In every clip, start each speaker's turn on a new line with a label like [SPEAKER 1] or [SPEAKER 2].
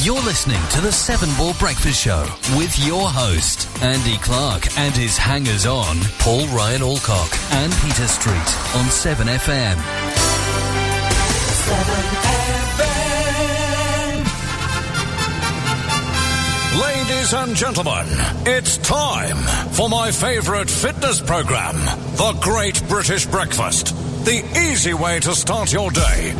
[SPEAKER 1] You're listening to the Seven Ball Breakfast Show with your host, Andy Clark, and his hangers on, Paul Ryan Alcock and Peter Street on 7FM.
[SPEAKER 2] 7FM.
[SPEAKER 3] Ladies and gentlemen, it's time for my favorite fitness program, The Great British Breakfast. The easy way to start your day.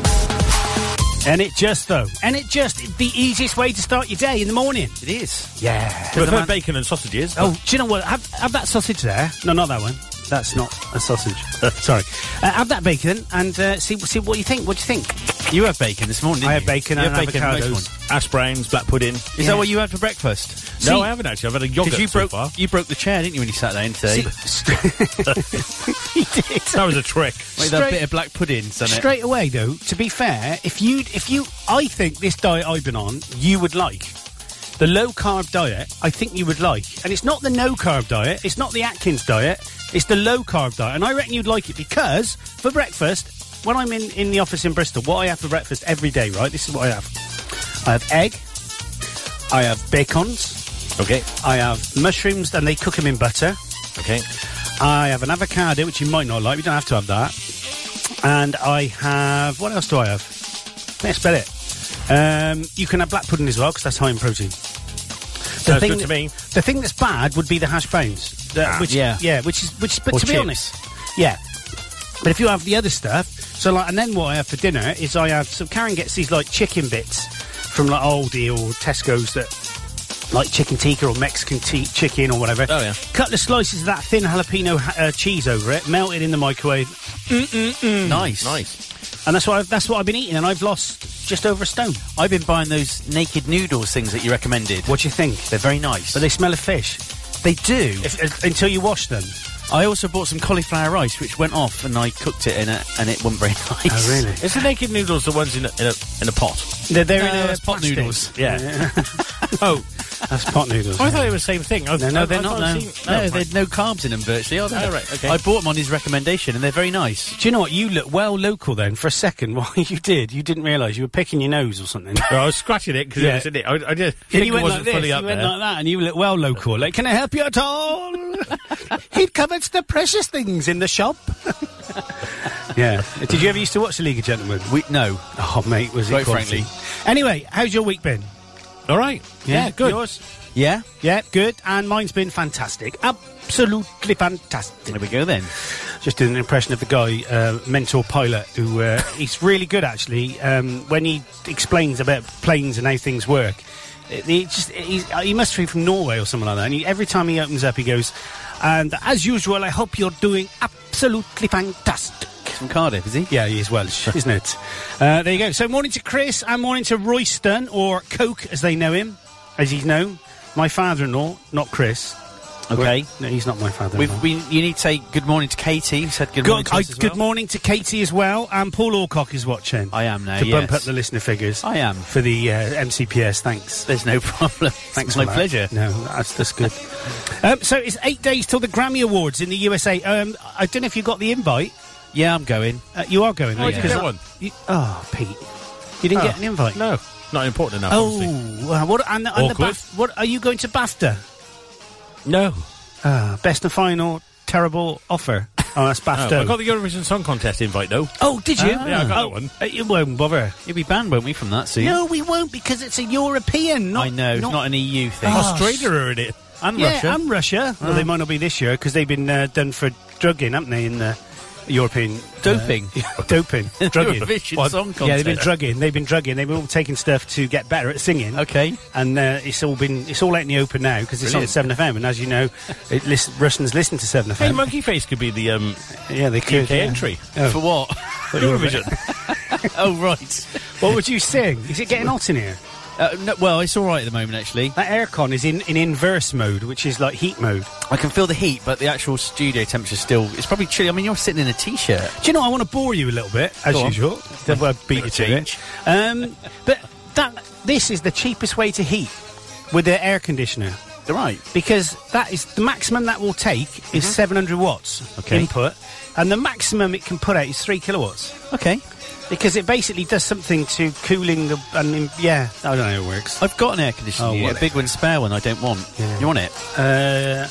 [SPEAKER 4] And it just though, and it just the easiest way to start your day in the morning.
[SPEAKER 5] It is.
[SPEAKER 4] Yeah.
[SPEAKER 5] We've heard bacon and sausages.
[SPEAKER 4] Oh, do you know what? Have, have that sausage there. No, not that one. That's not a sausage. Sorry. Uh, have that bacon and uh, see see what you think. What do you think?
[SPEAKER 5] you had bacon this morning. Didn't
[SPEAKER 4] I had
[SPEAKER 5] you?
[SPEAKER 4] bacon
[SPEAKER 5] You
[SPEAKER 4] and
[SPEAKER 5] had bacon
[SPEAKER 4] avocados.
[SPEAKER 5] bacon. ash browns, black pudding. Is
[SPEAKER 4] Yeah.
[SPEAKER 5] that what you had for breakfast?
[SPEAKER 4] See-
[SPEAKER 5] no, I haven't actually. I've had a yogurt
[SPEAKER 4] you
[SPEAKER 5] so
[SPEAKER 4] broke-
[SPEAKER 5] far. You broke the chair, didn't you, when you sat down today?
[SPEAKER 4] See,
[SPEAKER 5] that was a trick. With a
[SPEAKER 4] Straight-
[SPEAKER 5] bit of black pudding, done it?
[SPEAKER 4] Straight away though, to be fair, if you if you I think this diet I've been on, you would like. The low carb diet, I think you would like. And it's not the no carb diet, it's not the Atkins diet, it's the low carb diet. And I reckon you'd like it because for breakfast, when I'm in, in the office in Bristol, what I have for breakfast every day, right? This is what I have. I have egg, I have bacons,
[SPEAKER 5] Okay.
[SPEAKER 4] I have mushrooms, and they cook them in butter.
[SPEAKER 5] Okay.
[SPEAKER 4] I have an avocado, which you might not like. We don't have to have that. And I have. What else do I have? Let's spell it. Um, you can have black pudding as well because that's high in protein.
[SPEAKER 5] Sounds good to me.
[SPEAKER 4] The thing that's bad would be the hash browns. The-
[SPEAKER 5] Ah,
[SPEAKER 4] which,
[SPEAKER 5] yeah.
[SPEAKER 4] yeah, which is which. But
[SPEAKER 5] Or
[SPEAKER 4] to be
[SPEAKER 5] chips.
[SPEAKER 4] honest, yeah. But if you have the other stuff, so like, and then what I have for dinner is I have. So Karen gets these like chicken bits from like Aldi or Tesco's that like chicken tikka or Mexican tea- chicken or whatever.
[SPEAKER 5] Oh, yeah.
[SPEAKER 4] Cut the slices of that thin jalapeno ha- uh, cheese over it, melt it in the microwave,
[SPEAKER 5] Nice. Hmm. Nice.
[SPEAKER 4] and that's what I've, that's what I've been eating, and I've lost just over a stone.
[SPEAKER 5] I've been buying those naked noodles things that you recommended.
[SPEAKER 4] What do you think?
[SPEAKER 5] They're very nice.
[SPEAKER 4] But they smell of fish
[SPEAKER 5] they do.
[SPEAKER 4] if, uh, until you wash them.
[SPEAKER 5] I also bought some cauliflower rice, which went off, and I cooked it in it, and it wasn't very nice.
[SPEAKER 4] Oh, really?
[SPEAKER 6] Is the naked noodles the ones in a, in a, in a pot?
[SPEAKER 4] They're, they're
[SPEAKER 5] No,
[SPEAKER 4] in a
[SPEAKER 5] that's pot
[SPEAKER 4] Uh, plastic.
[SPEAKER 5] noodles.
[SPEAKER 6] Yeah. oh,
[SPEAKER 4] That's pot noodles.
[SPEAKER 6] I thought they were the same thing. I've,
[SPEAKER 4] No, no,
[SPEAKER 6] I've-
[SPEAKER 4] they're
[SPEAKER 6] I've
[SPEAKER 4] not,
[SPEAKER 6] I've
[SPEAKER 4] no.
[SPEAKER 6] seen-
[SPEAKER 5] No,
[SPEAKER 6] no,
[SPEAKER 5] there's no carbs in them virtually, are there?
[SPEAKER 6] Oh, right, okay.
[SPEAKER 5] I bought them on his recommendation, and they're very nice.
[SPEAKER 4] do you know what? You look well local then for a second. Why you did? You didn't realise you were picking your nose or something.
[SPEAKER 6] No, I was scratching it because
[SPEAKER 4] Yeah.
[SPEAKER 6] it was in it. I, I just
[SPEAKER 4] And
[SPEAKER 6] think
[SPEAKER 4] you
[SPEAKER 6] it
[SPEAKER 4] went
[SPEAKER 6] wasn't
[SPEAKER 4] like this,
[SPEAKER 6] fully
[SPEAKER 4] you
[SPEAKER 6] up
[SPEAKER 4] went
[SPEAKER 6] there.
[SPEAKER 4] like that, and you look well local. Like, can I help you at all? He'd covers the precious things in the shop. yeah. Did you ever used to watch the League of Gentlemen?
[SPEAKER 5] We no.
[SPEAKER 4] Oh, mate, was
[SPEAKER 5] Quite
[SPEAKER 4] it quality.
[SPEAKER 5] frankly.
[SPEAKER 4] Anyway, how's your week been?
[SPEAKER 6] All right. Yeah, good.
[SPEAKER 4] Yours?
[SPEAKER 5] Yeah.
[SPEAKER 4] Yeah, good. And mine's been fantastic. Absolutely fantastic.
[SPEAKER 5] There we go then.
[SPEAKER 4] Just did an impression of the guy, uh, mentor pilot, who uh, he's really good actually. Um, when he explains about planes and how things work, it, he just he's, uh, he must be from Norway or something like that. And he, every time he opens up, he goes, "And as usual, I hope you're doing absolutely fantastic."
[SPEAKER 5] From Cardiff, is he?
[SPEAKER 4] Yeah, he is Welsh, isn't it? Uh, there you go. So morning to Chris and morning to Royston, or Coke as they know him, as he's known. My father-in-law, not Chris.
[SPEAKER 5] Okay.
[SPEAKER 4] No, he's not my father.
[SPEAKER 5] We've, we, you need to say good morning to Katie. who said good morning.
[SPEAKER 4] Good,
[SPEAKER 5] To
[SPEAKER 4] I,
[SPEAKER 5] us as
[SPEAKER 4] uh, good
[SPEAKER 5] well.
[SPEAKER 4] morning to Katie as well, and Paul Orcock is watching.
[SPEAKER 5] I am now,
[SPEAKER 4] to bump
[SPEAKER 5] yes.
[SPEAKER 4] up the listener figures.
[SPEAKER 5] I am.
[SPEAKER 4] for the uh, MCPS. Thanks.
[SPEAKER 5] There's no problem.
[SPEAKER 4] Thanks,
[SPEAKER 5] It's my
[SPEAKER 4] for that.
[SPEAKER 5] pleasure.
[SPEAKER 4] No, that's that's good. um, so it's eight days till the Grammy Awards in the USA. Um, I don't know if you got the invite.
[SPEAKER 5] Yeah, I'm going.
[SPEAKER 4] Uh, you are going.
[SPEAKER 6] Oh,
[SPEAKER 4] aren't
[SPEAKER 6] did
[SPEAKER 4] you?
[SPEAKER 6] you get one?
[SPEAKER 4] You- oh, Pete, you didn't
[SPEAKER 6] Oh.
[SPEAKER 4] get an invite.
[SPEAKER 6] No, not important enough. obviously.
[SPEAKER 4] Oh, uh, what and, the- and the
[SPEAKER 6] Awkward.
[SPEAKER 4] BAF, what are you going to BAFTA?
[SPEAKER 6] no.
[SPEAKER 4] Uh, best and final terrible offer. Oh, that's
[SPEAKER 6] Oh,
[SPEAKER 4] BAFTA.
[SPEAKER 6] I got the Eurovision Song Contest invite though.
[SPEAKER 4] oh, did you?
[SPEAKER 6] Yeah, I got
[SPEAKER 4] oh,
[SPEAKER 6] that one.
[SPEAKER 4] uh, You won't bother.
[SPEAKER 5] You'll be banned, won't we, from that soon?
[SPEAKER 4] No, we won't because it's a European. Not,
[SPEAKER 5] I know. It's not an EU thing.
[SPEAKER 4] Oh,
[SPEAKER 6] Australia are in it.
[SPEAKER 5] and
[SPEAKER 4] yeah,
[SPEAKER 5] Russia. Uh-huh.
[SPEAKER 4] and Russia. Well, they might not be this year because they've been uh, done for drugging, haven't they? In the European
[SPEAKER 5] Doping.
[SPEAKER 4] uh, doping, drugging.
[SPEAKER 5] Eurovision Song
[SPEAKER 4] Yeah, they've been
[SPEAKER 5] Contest.
[SPEAKER 4] drugging. They've been drugging. They've been all taking stuff to get better at singing.
[SPEAKER 5] Okay.
[SPEAKER 4] and uh, it's all been it's all out in the open now because it's on Seven FM, and as you know, it listen, Russians listen to Seven
[SPEAKER 6] Hey,
[SPEAKER 4] FM.
[SPEAKER 6] Monkey Face could be the um,
[SPEAKER 4] yeah, they could.
[SPEAKER 6] UK
[SPEAKER 4] yeah.
[SPEAKER 6] entry.
[SPEAKER 5] For what?
[SPEAKER 6] Eurovision.
[SPEAKER 5] oh, right.
[SPEAKER 4] What would you sing? Is it getting hot in here?
[SPEAKER 5] Uh, no, well, it's all right at the moment, actually.
[SPEAKER 4] That aircon is in, in inverse mode, which is like heat mode.
[SPEAKER 5] I can feel the heat, but the actual studio temperature still. It's probably chilly. I mean, you're sitting in a t shirt.
[SPEAKER 4] Do you know? I want to bore you a little bit, as
[SPEAKER 5] Go on.
[SPEAKER 4] usual. Then we'll beat you to it.
[SPEAKER 5] Change.
[SPEAKER 4] Um, but that this is the cheapest way to heat with the air conditioner.
[SPEAKER 5] Right.
[SPEAKER 4] because that is the maximum that will take is 700 watts
[SPEAKER 5] Mm-hmm. Okay.
[SPEAKER 4] input, and the maximum it can put out is three kilowatts
[SPEAKER 5] Okay.
[SPEAKER 4] because it basically does something to cooling the. I mean, yeah, I don't know how it works.
[SPEAKER 5] I've got an air
[SPEAKER 4] Oh,
[SPEAKER 5] conditioner. unit,
[SPEAKER 4] well.
[SPEAKER 5] a big one, spare one. I don't want.
[SPEAKER 4] Yeah.
[SPEAKER 5] You want it?
[SPEAKER 4] Uh,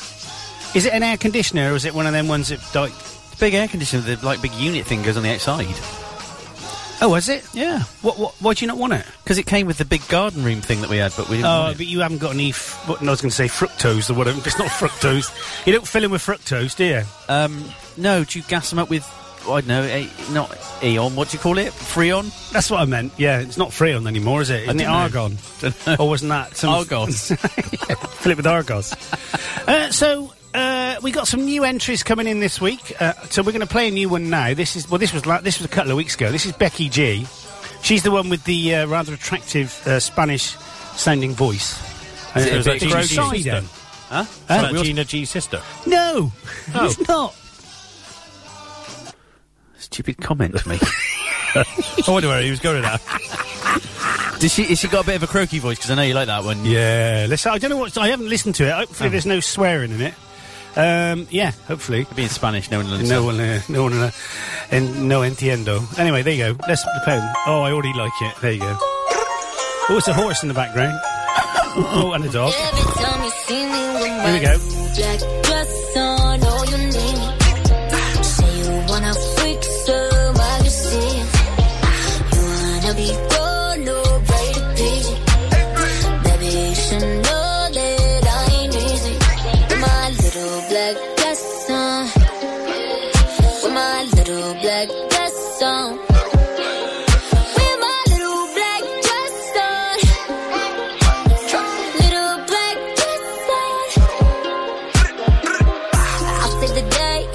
[SPEAKER 4] is it an air conditioner or is it one of them ones that like?
[SPEAKER 5] Big air conditioner. The like big unit thing goes on the outside.
[SPEAKER 4] Oh, is it?
[SPEAKER 5] Yeah.
[SPEAKER 4] What? What? Why do you not want it?
[SPEAKER 5] Because it came with the big garden room thing that we had, but we didn't.
[SPEAKER 4] Oh,
[SPEAKER 5] want it.
[SPEAKER 4] but you haven't got any. F- what I was going to say fructose or whatever. It's not fructose. You don't fill in with fructose, do you?
[SPEAKER 5] Um, no, do you gas them up with? I don't know. A, not Eon. What do you call it? Freon.
[SPEAKER 4] That's what I meant. Yeah, it's not Freon anymore, is it? Isn't it
[SPEAKER 5] don't know.
[SPEAKER 4] argon? Or wasn't that some
[SPEAKER 5] Argos.
[SPEAKER 4] Fill it with Argos. uh, so uh, we got some new entries coming in this week. Uh, so we're going to play a new one now. This is well, this was la- this was a couple of weeks ago. This is Becky G. She's the one with the uh, rather attractive uh, Spanish-sounding voice.
[SPEAKER 6] Is it
[SPEAKER 4] Uh,
[SPEAKER 6] a bit
[SPEAKER 4] she's
[SPEAKER 6] Crowdy's
[SPEAKER 4] shy
[SPEAKER 6] sister?
[SPEAKER 4] then.
[SPEAKER 5] huh?
[SPEAKER 4] Huh?
[SPEAKER 6] Like Gina G's sister.
[SPEAKER 4] No,
[SPEAKER 6] Oh.
[SPEAKER 4] it's not.
[SPEAKER 5] Stupid comment to me.
[SPEAKER 6] I wonder where he was going at.
[SPEAKER 5] Does she? Has she got a bit of a croaky voice? Because I know you like that one.
[SPEAKER 4] Yeah, listen, I don't know what I haven't listened to it.
[SPEAKER 6] Oh.
[SPEAKER 4] Hopefully, there's no swearing in it. Um, yeah, hopefully.
[SPEAKER 5] It'd be in Spanish. No one learns.
[SPEAKER 4] No one, uh, no one, uh, and no entiendo. Anyway, there you go. Let's play. them. Oh, I already like it. There you go. Oh, it's a horse in the background. Oh, and a dog.
[SPEAKER 2] Every time you see me with my
[SPEAKER 4] Here we go.
[SPEAKER 2] black dress on, oh, you need me. Say you wanna freak some, I can see it. You wanna be gone, no way to please you. Baby, you should know that I ain't easy. With my little black dress on. With my little black dress on. With my little black dress on. Little black dress on. I'll save the day.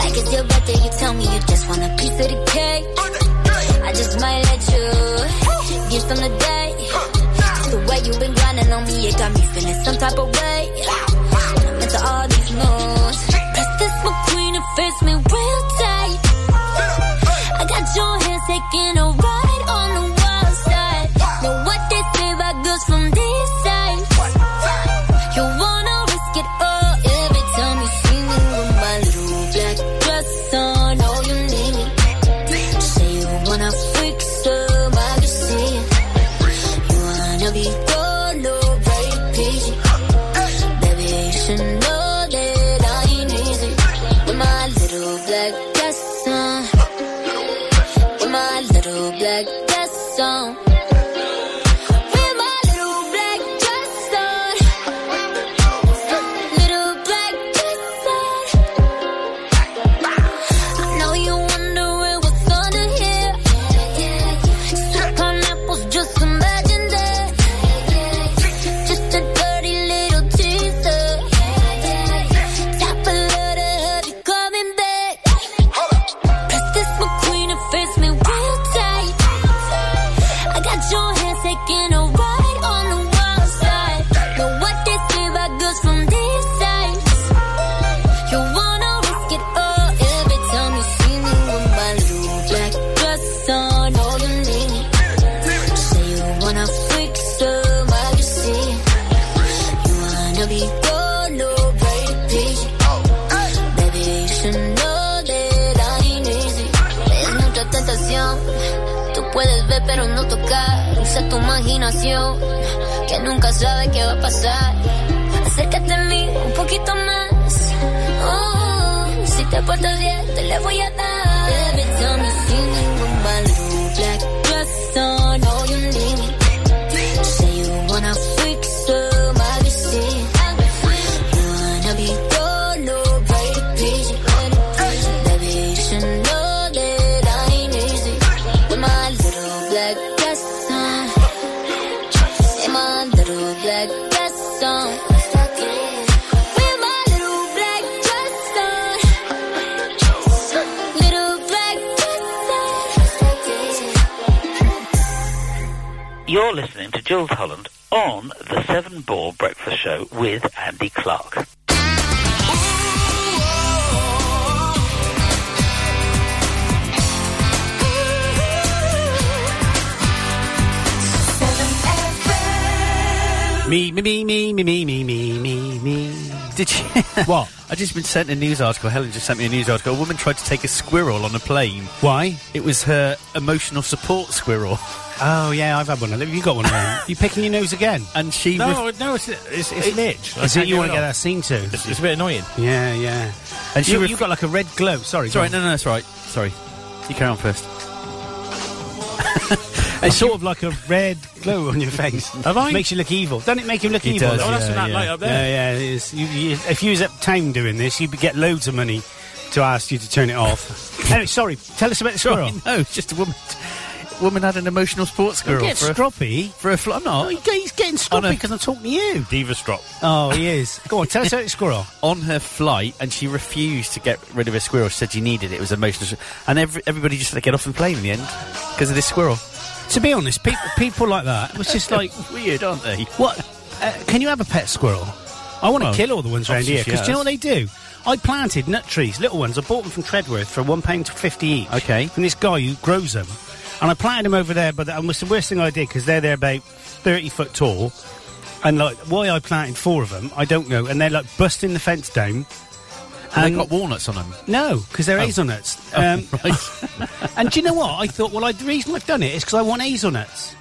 [SPEAKER 2] Like it's your birthday, you tell me you just want a piece of the cake. I just might let you give them the day. The way you've been grinding on me, it got me feeling some type of way. I'm into all these moves. Press this McQueen, it fits me real tight. I got your hands taking a ride on the wild side. Know what they say about girls from this side. You wanna risk it all every time you see me with my little black dress on. Oh, you need me. Say you wanna freak some, I can see it. You wanna be gone, no great pigeon. Baby, you should know that I ain't easy. With my little black dress on. With my little black dress on. With my little black dress on. Little black dress on. I know you wondering what's under here. Some pineapples, just imagine that. Just a dirty little teaser. Top of the have you coming back. Press this McQueen and face me real tight. I got your hands taking a ride on the wild side. Know what they say about girls from this side. You wanna risk it all every time you see me with my little black dress on. Oh, you need me. Say you wanna freak some, I can see it. You wanna be gone, no way to please you. Baby, you should know that I ain't easy. Es mucha tentación. Tú puedes ver pero no tocar. Usa tu imaginación, que nunca sabes qué va a pasar. Acércate a mí un poquito más. Oh, si te portas bien, te le voy a dar. Every time you see me with my little black dress on, oh, you need me. Say you wanna freak some, I can see it. You wanna be gone, no great pigeon. Baby, you should know that I ain't easy. With my little black dress on. In my little black dress on. With my little black dress on. Little black dress on.
[SPEAKER 7] You're listening to Jules Holland on the Seven Ball Breakfast Show with Andy Clark.
[SPEAKER 4] me, me, me, me, me, me, me, me, me, me.
[SPEAKER 5] Did you?
[SPEAKER 4] What?
[SPEAKER 5] I just been sent a news article. Helen just sent me a news article. A woman tried to take a squirrel on a plane.
[SPEAKER 4] Why?
[SPEAKER 5] It was her emotional support squirrel,
[SPEAKER 4] Oh, yeah, I've had one. of them. You got one of them. you picking your nose again?
[SPEAKER 5] and she. ref-
[SPEAKER 6] No, no, it's it's, it's lit. I
[SPEAKER 4] Is it
[SPEAKER 6] can't
[SPEAKER 4] you
[SPEAKER 6] do
[SPEAKER 4] want to get
[SPEAKER 6] all.
[SPEAKER 4] that scene to?
[SPEAKER 6] It's, it's a bit annoying.
[SPEAKER 4] Yeah, yeah.
[SPEAKER 5] and she.
[SPEAKER 4] you,
[SPEAKER 5] ref-
[SPEAKER 4] you got like a red glow. Sorry,
[SPEAKER 5] It's
[SPEAKER 4] go
[SPEAKER 5] all
[SPEAKER 4] on.
[SPEAKER 5] right. No, no, it's all right. Sorry. You carry on first.
[SPEAKER 4] It's sort of like a red glow on your face.
[SPEAKER 6] Have I?
[SPEAKER 4] Makes you look evil. Doesn't it make you look
[SPEAKER 5] It
[SPEAKER 4] evil?
[SPEAKER 5] does,
[SPEAKER 6] Oh, that's yeah, that yeah. light up there.
[SPEAKER 4] Yeah, yeah. It is. You, you, if you was uptown doing this, you'd get loads of money to ask you to turn it off. anyway, sorry. Tell us about the squirrel.
[SPEAKER 5] No, it's just a woman. Woman had an emotional support squirrel
[SPEAKER 4] Get
[SPEAKER 5] for a,
[SPEAKER 4] stroppy.
[SPEAKER 5] for a fl- I'm
[SPEAKER 4] Oh,
[SPEAKER 5] not
[SPEAKER 4] he- he's getting
[SPEAKER 5] On
[SPEAKER 4] stroppy
[SPEAKER 5] a-
[SPEAKER 4] because I'm talking to you.
[SPEAKER 6] Diva strop.
[SPEAKER 4] Oh, he is. Go on, tell us about the squirrel.
[SPEAKER 5] on her flight, and she refused to get rid of her squirrel. She said she needed it. It was emotional, and every, everybody just let get off the plane in the end because of this squirrel.
[SPEAKER 4] To be honest, people, people like that, it's just like,
[SPEAKER 5] Weird, aren't they?
[SPEAKER 4] What? Uh, can you have a pet squirrel? I want to
[SPEAKER 5] Well,
[SPEAKER 4] kill all the ones around
[SPEAKER 5] obviously
[SPEAKER 4] here
[SPEAKER 5] she
[SPEAKER 4] because do you know what
[SPEAKER 5] has.
[SPEAKER 4] they do? I planted nut trees, little ones. I bought them from Treadworth for one pound fifty each.
[SPEAKER 5] Okay.
[SPEAKER 4] From this guy who grows them, and I planted them over there. But that was the worst thing I did because they're they're about thirty foot tall, and like why I planted four of them, I don't know. And they're like busting the fence down.
[SPEAKER 5] And
[SPEAKER 4] And
[SPEAKER 5] they got walnuts on them.
[SPEAKER 4] no, because
[SPEAKER 5] Oh.
[SPEAKER 4] they're hazelnuts. Um, and do you know what? I thought. Well, I, the reason I've done it is because I want hazelnuts.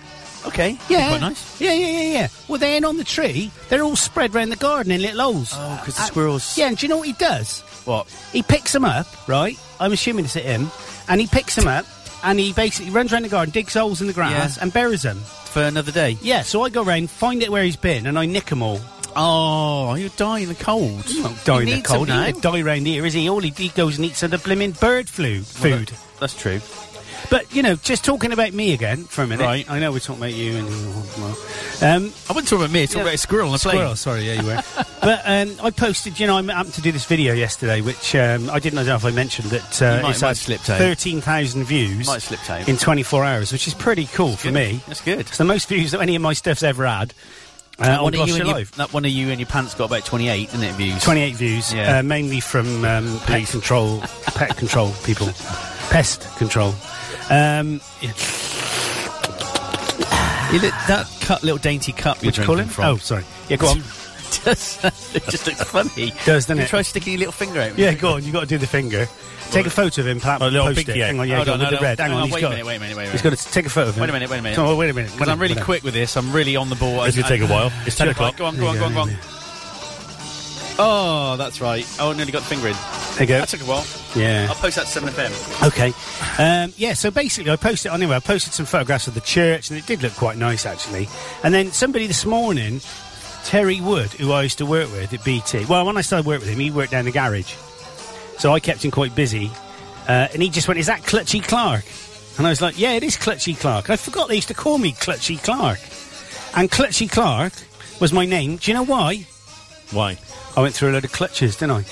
[SPEAKER 5] Okay,
[SPEAKER 4] Yeah.
[SPEAKER 5] quite nice.
[SPEAKER 4] Yeah, yeah, yeah, yeah. Well, they ain't on the tree. They're all spread round the garden in little holes.
[SPEAKER 5] Oh, 'cause the
[SPEAKER 4] Uh,
[SPEAKER 5] squirrels-
[SPEAKER 4] Yeah, and do you know what he does?
[SPEAKER 5] What?
[SPEAKER 4] He picks them up, right? I'm assuming it's at him. And he picks them up and he basically runs around the garden, digs holes in the grass,
[SPEAKER 5] Yeah.
[SPEAKER 4] and buries them.
[SPEAKER 5] For another day.
[SPEAKER 4] Yeah, so I go round, find it where he's been, and I nick them all.
[SPEAKER 5] Oh, you die in the cold. eh?
[SPEAKER 4] He won't die in the
[SPEAKER 5] needs
[SPEAKER 4] cold.
[SPEAKER 5] them
[SPEAKER 4] He
[SPEAKER 5] now.
[SPEAKER 4] won't die round here, is he? All he, he goes and eats are the blimmin' bird flu
[SPEAKER 5] Well,
[SPEAKER 4] food.
[SPEAKER 5] that- that's true.
[SPEAKER 4] But you know, just talking about me again for a minute.
[SPEAKER 5] Right.
[SPEAKER 4] I know we're talking about you and well, um,
[SPEAKER 5] I wouldn't talk about me. Talk
[SPEAKER 4] Yeah.
[SPEAKER 5] about a squirrel on a plane.
[SPEAKER 4] Squirrel, sorry, yeah, you were. but um, I posted, you know, I'm up to do this video yesterday, which um, I didn't know if I mentioned that uh,
[SPEAKER 5] You might-
[SPEAKER 4] it's
[SPEAKER 5] might
[SPEAKER 4] had
[SPEAKER 5] slipped out.
[SPEAKER 4] 13,000 views
[SPEAKER 5] Might slipped out.
[SPEAKER 4] in 24 hours, which is pretty cool for
[SPEAKER 5] Good.
[SPEAKER 4] me.
[SPEAKER 5] That's good.
[SPEAKER 4] It's the most views that any of my stuff's ever had uh, on
[SPEAKER 5] One of
[SPEAKER 4] Gosh
[SPEAKER 5] you and your-
[SPEAKER 4] Alive.
[SPEAKER 5] that one of you and your pants got about 28, didn't it, views?
[SPEAKER 4] 28 views,
[SPEAKER 5] Yeah.
[SPEAKER 4] uh, mainly from um, pet control, pet control people, pest control. Um, yeah.
[SPEAKER 5] You li- that cut, little dainty cup you're
[SPEAKER 4] What you call
[SPEAKER 5] drinking
[SPEAKER 4] him?
[SPEAKER 5] from.
[SPEAKER 4] Oh, sorry. Yeah, go on.
[SPEAKER 5] just, it just looks funny.
[SPEAKER 4] Does, doesn't
[SPEAKER 5] you
[SPEAKER 4] it?
[SPEAKER 5] Try sticking your little finger out.
[SPEAKER 4] Yeah, go on. You got to do the finger. Take a photo of him. Pat,
[SPEAKER 6] A little
[SPEAKER 4] post
[SPEAKER 6] pinky
[SPEAKER 4] it.
[SPEAKER 6] out.
[SPEAKER 4] Hang on, yeah,
[SPEAKER 5] Hold
[SPEAKER 4] go
[SPEAKER 5] on,
[SPEAKER 4] with
[SPEAKER 5] hold
[SPEAKER 4] the
[SPEAKER 5] on.
[SPEAKER 4] red. Hang
[SPEAKER 5] Hang
[SPEAKER 4] on,
[SPEAKER 5] on,
[SPEAKER 4] he's
[SPEAKER 5] wait a
[SPEAKER 4] got.
[SPEAKER 5] minute, wait a minute, wait a
[SPEAKER 4] He's got
[SPEAKER 5] minute.
[SPEAKER 4] to take a photo of him.
[SPEAKER 5] Wait a minute, wait a minute.
[SPEAKER 4] Come on, wait a minute.
[SPEAKER 5] Because I'm really quick with this. I'm really on the ball.
[SPEAKER 6] It's going to take a while. It's 10 o'clock.
[SPEAKER 5] Go on, go on, go on, go on. Oh, that's right. Oh, I nearly got the finger in.
[SPEAKER 4] There you go.
[SPEAKER 5] That took a while. I'll
[SPEAKER 4] Yeah.
[SPEAKER 5] post that to 7FM.
[SPEAKER 4] Okay. Um, yeah. So basically, I posted anyway. I posted some photographs of the church, and it did look quite nice actually. And then somebody this morning, Terry Wood, who I used to work with at BT. Well, when I started working with him, he worked down the garage, so I kept him quite busy. Uh, and he just went, "Is that Clutchy Clark?" And I was like, "Yeah, it is Clutchy Clark." And I forgot they used to call me Clutchy Clark. And Clutchy Clark was my name. Do you know why?
[SPEAKER 6] Why?
[SPEAKER 4] I went through a load of clutches, didn't I?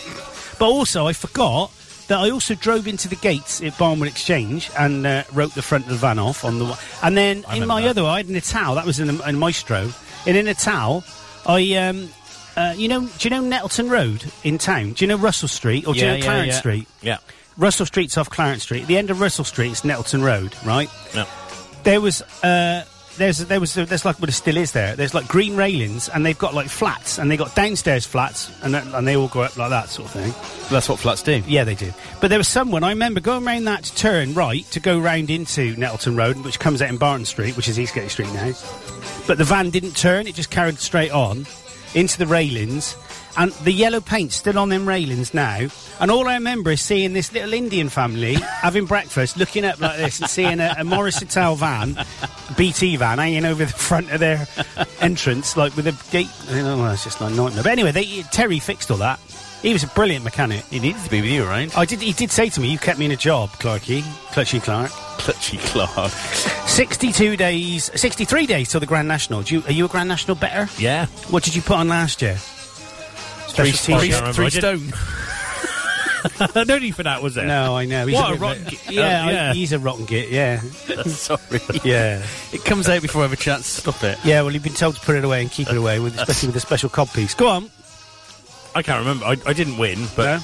[SPEAKER 4] But also, I forgot that I also drove into the gates at Barnwood Exchange and uh, wrote the front of the van off on the. And then in
[SPEAKER 6] remember
[SPEAKER 4] my
[SPEAKER 6] that.
[SPEAKER 4] other, I had an Natal. That was in a, in Maestro. And in Natal, I. Um, uh, you know, do you know Nettleton Road in town? Do you know Russell Street or do
[SPEAKER 5] Yeah,
[SPEAKER 4] you know
[SPEAKER 5] yeah,
[SPEAKER 4] Clarence
[SPEAKER 5] yeah.
[SPEAKER 4] Street?
[SPEAKER 6] Yeah.
[SPEAKER 4] Russell Street's off Clarence Street. At the end of Russell Street, it's Nettleton Road, right?
[SPEAKER 6] No.
[SPEAKER 4] there was uh, there's there was there's like what it still is there. There's like green railings, and they've got like flats, and they got downstairs flats, and that, and they all go up like that sort of thing.
[SPEAKER 5] That's what flats do.
[SPEAKER 4] Yeah, they do. But there was someone I remember going round that to turn right to go round into Nettleton Road, which comes out in Barton Street, which is Eastgate Street now. But the van didn't turn; it just carried straight on into the railings. And the yellow paint's still on them railings now. And all I remember is seeing this little Indian family having breakfast, looking up like this, and seeing a, a Morris Hotel van, BT van, hanging over the front of their entrance, like with a gate. You know, well, it's just like a nightmare. But anyway, they, Terry fixed all that. He was a brilliant mechanic.
[SPEAKER 5] He needed to be with you, right?
[SPEAKER 4] I did. He did say to me, "You kept me in a job, Clarky, Clutchy Clark."
[SPEAKER 5] Clutchy Clark.
[SPEAKER 4] Sixty-two days, sixty-three days till the Grand National. Do you, are you a Grand National better?
[SPEAKER 6] Yeah.
[SPEAKER 4] What did you put on last year?
[SPEAKER 6] Three,
[SPEAKER 4] Special
[SPEAKER 6] three,
[SPEAKER 4] team.
[SPEAKER 6] three, stone. no need for that, was there?
[SPEAKER 4] No, I know. He's
[SPEAKER 6] What a
[SPEAKER 4] bit of
[SPEAKER 6] rotten git.
[SPEAKER 4] Yeah,
[SPEAKER 6] Uh,
[SPEAKER 4] I-
[SPEAKER 6] yeah.
[SPEAKER 4] he's a rotten git. Yeah,
[SPEAKER 5] Sorry.
[SPEAKER 4] yeah,
[SPEAKER 5] It comes out before I have a chance to stop it.
[SPEAKER 4] yeah. Well, he'd been told to put it away and keep it away, with, especially with a special cod piece. Go on.
[SPEAKER 6] I can't remember. I, I didn't win, but
[SPEAKER 4] No?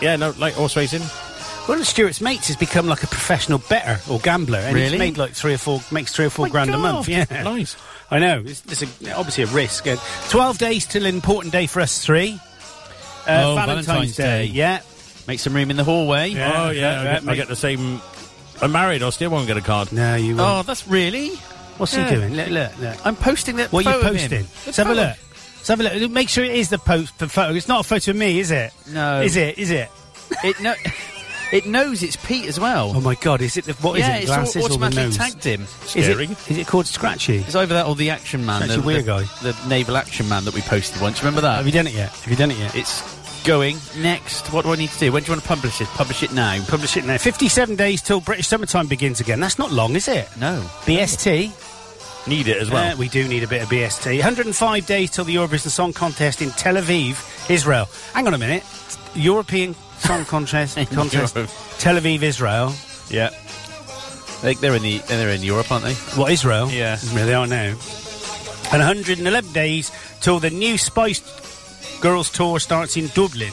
[SPEAKER 6] yeah, no, like horse racing.
[SPEAKER 4] One of Stuart's mates has become like a professional better or gambler, and he's
[SPEAKER 5] Really?
[SPEAKER 4] made like three or four, makes three or four
[SPEAKER 6] My
[SPEAKER 4] grand a
[SPEAKER 6] God,
[SPEAKER 4] month. Yeah,
[SPEAKER 6] nice.
[SPEAKER 4] I know. It's, it's a, obviously a risk. Uh, Twelve days till an important day for us three. Uh,
[SPEAKER 6] Oh, Valentine's Day.
[SPEAKER 4] Yeah,
[SPEAKER 5] Make some room in the hallway.
[SPEAKER 4] Yeah,
[SPEAKER 6] oh yeah, I,
[SPEAKER 4] yeah,
[SPEAKER 6] get, I
[SPEAKER 4] mate.
[SPEAKER 6] get the same. I'm married. I still won't get a card.
[SPEAKER 4] no, you. Won't.
[SPEAKER 5] Oh, that's really.
[SPEAKER 4] Oh, What's
[SPEAKER 5] yeah.
[SPEAKER 4] he doing? Look, look, look.
[SPEAKER 5] I'm posting that.
[SPEAKER 4] What are you
[SPEAKER 5] photo of
[SPEAKER 4] posting?
[SPEAKER 5] him. The
[SPEAKER 4] Let's have a
[SPEAKER 5] photo.
[SPEAKER 4] look. Let's have a look. Make sure it is the post the photo. It's not a photo of me, is it?
[SPEAKER 5] No.
[SPEAKER 4] Is it? Is it?
[SPEAKER 5] It no, it knows it's Pete as well.
[SPEAKER 4] Oh my God! Is it? The, what is
[SPEAKER 5] yeah,
[SPEAKER 4] it?
[SPEAKER 5] it's
[SPEAKER 4] Glasses
[SPEAKER 5] au-
[SPEAKER 4] or the
[SPEAKER 5] automatically
[SPEAKER 4] nose?
[SPEAKER 5] tagged him.
[SPEAKER 4] Is it?
[SPEAKER 6] Scary.
[SPEAKER 4] Is it called Scratchy?
[SPEAKER 5] It's either that or the Action Man,
[SPEAKER 4] That's
[SPEAKER 5] the,
[SPEAKER 4] a weird
[SPEAKER 5] the,
[SPEAKER 4] guy.
[SPEAKER 5] the naval Action Man that we posted once. Remember that?
[SPEAKER 4] Have you done it yet? Have you done it yet?
[SPEAKER 5] it's going next. What do I need to do? When do you want to publish it? Publish it now.
[SPEAKER 4] Publish it now. 57 days till British summertime begins again. That's not long, is it?
[SPEAKER 5] No.
[SPEAKER 4] BST.
[SPEAKER 6] Need it as
[SPEAKER 4] Uh,
[SPEAKER 6] well.
[SPEAKER 4] we do need a bit of BST. 105 days till the Eurovision Song Contest in Tel Aviv, Israel. Hang on a minute. European Song Contest, contest
[SPEAKER 5] Europe.
[SPEAKER 4] Tel Aviv, Israel.
[SPEAKER 5] Yeah. They, they're in the they're in Europe, aren't they?
[SPEAKER 4] What, Israel?
[SPEAKER 5] Yeah.
[SPEAKER 4] Where they are now. And 111 days till the new Spice Girls Tour starts in Dublin.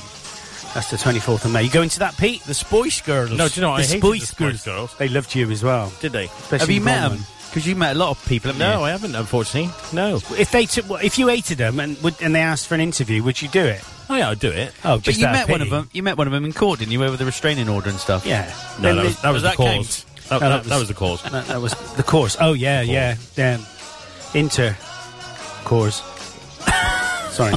[SPEAKER 4] That's the 24th of May. You going to that, Pete?
[SPEAKER 5] The Spice Girls.
[SPEAKER 6] no, do you know what? I
[SPEAKER 4] the
[SPEAKER 6] hated
[SPEAKER 4] Spice
[SPEAKER 6] the Spice Girls.
[SPEAKER 4] They loved you as well.
[SPEAKER 6] Did they?
[SPEAKER 5] Have
[SPEAKER 4] Especially
[SPEAKER 5] you met
[SPEAKER 4] Roman.
[SPEAKER 5] them? Because you met a lot of people. haven't
[SPEAKER 6] No,
[SPEAKER 5] you?
[SPEAKER 6] I haven't. Unfortunately, no.
[SPEAKER 4] If they took, if you hated them and would, and they asked for an interview, would you do it?
[SPEAKER 6] Oh, yeah, I'd do it.
[SPEAKER 4] Oh,
[SPEAKER 5] But you
[SPEAKER 4] out
[SPEAKER 5] met one of
[SPEAKER 4] pity.
[SPEAKER 5] them. You met one of them in court, didn't you? Over the restraining order and stuff.
[SPEAKER 4] Yeah.
[SPEAKER 6] No,
[SPEAKER 4] Then
[SPEAKER 6] that was,
[SPEAKER 4] they-
[SPEAKER 6] that was the
[SPEAKER 5] that came-
[SPEAKER 6] cause. That,
[SPEAKER 4] No,
[SPEAKER 6] that-
[SPEAKER 4] that
[SPEAKER 6] that
[SPEAKER 4] was-
[SPEAKER 6] was the cause. Uh,
[SPEAKER 4] that, that was the course. Oh yeah, yeah. Damn. Inter course. Sorry.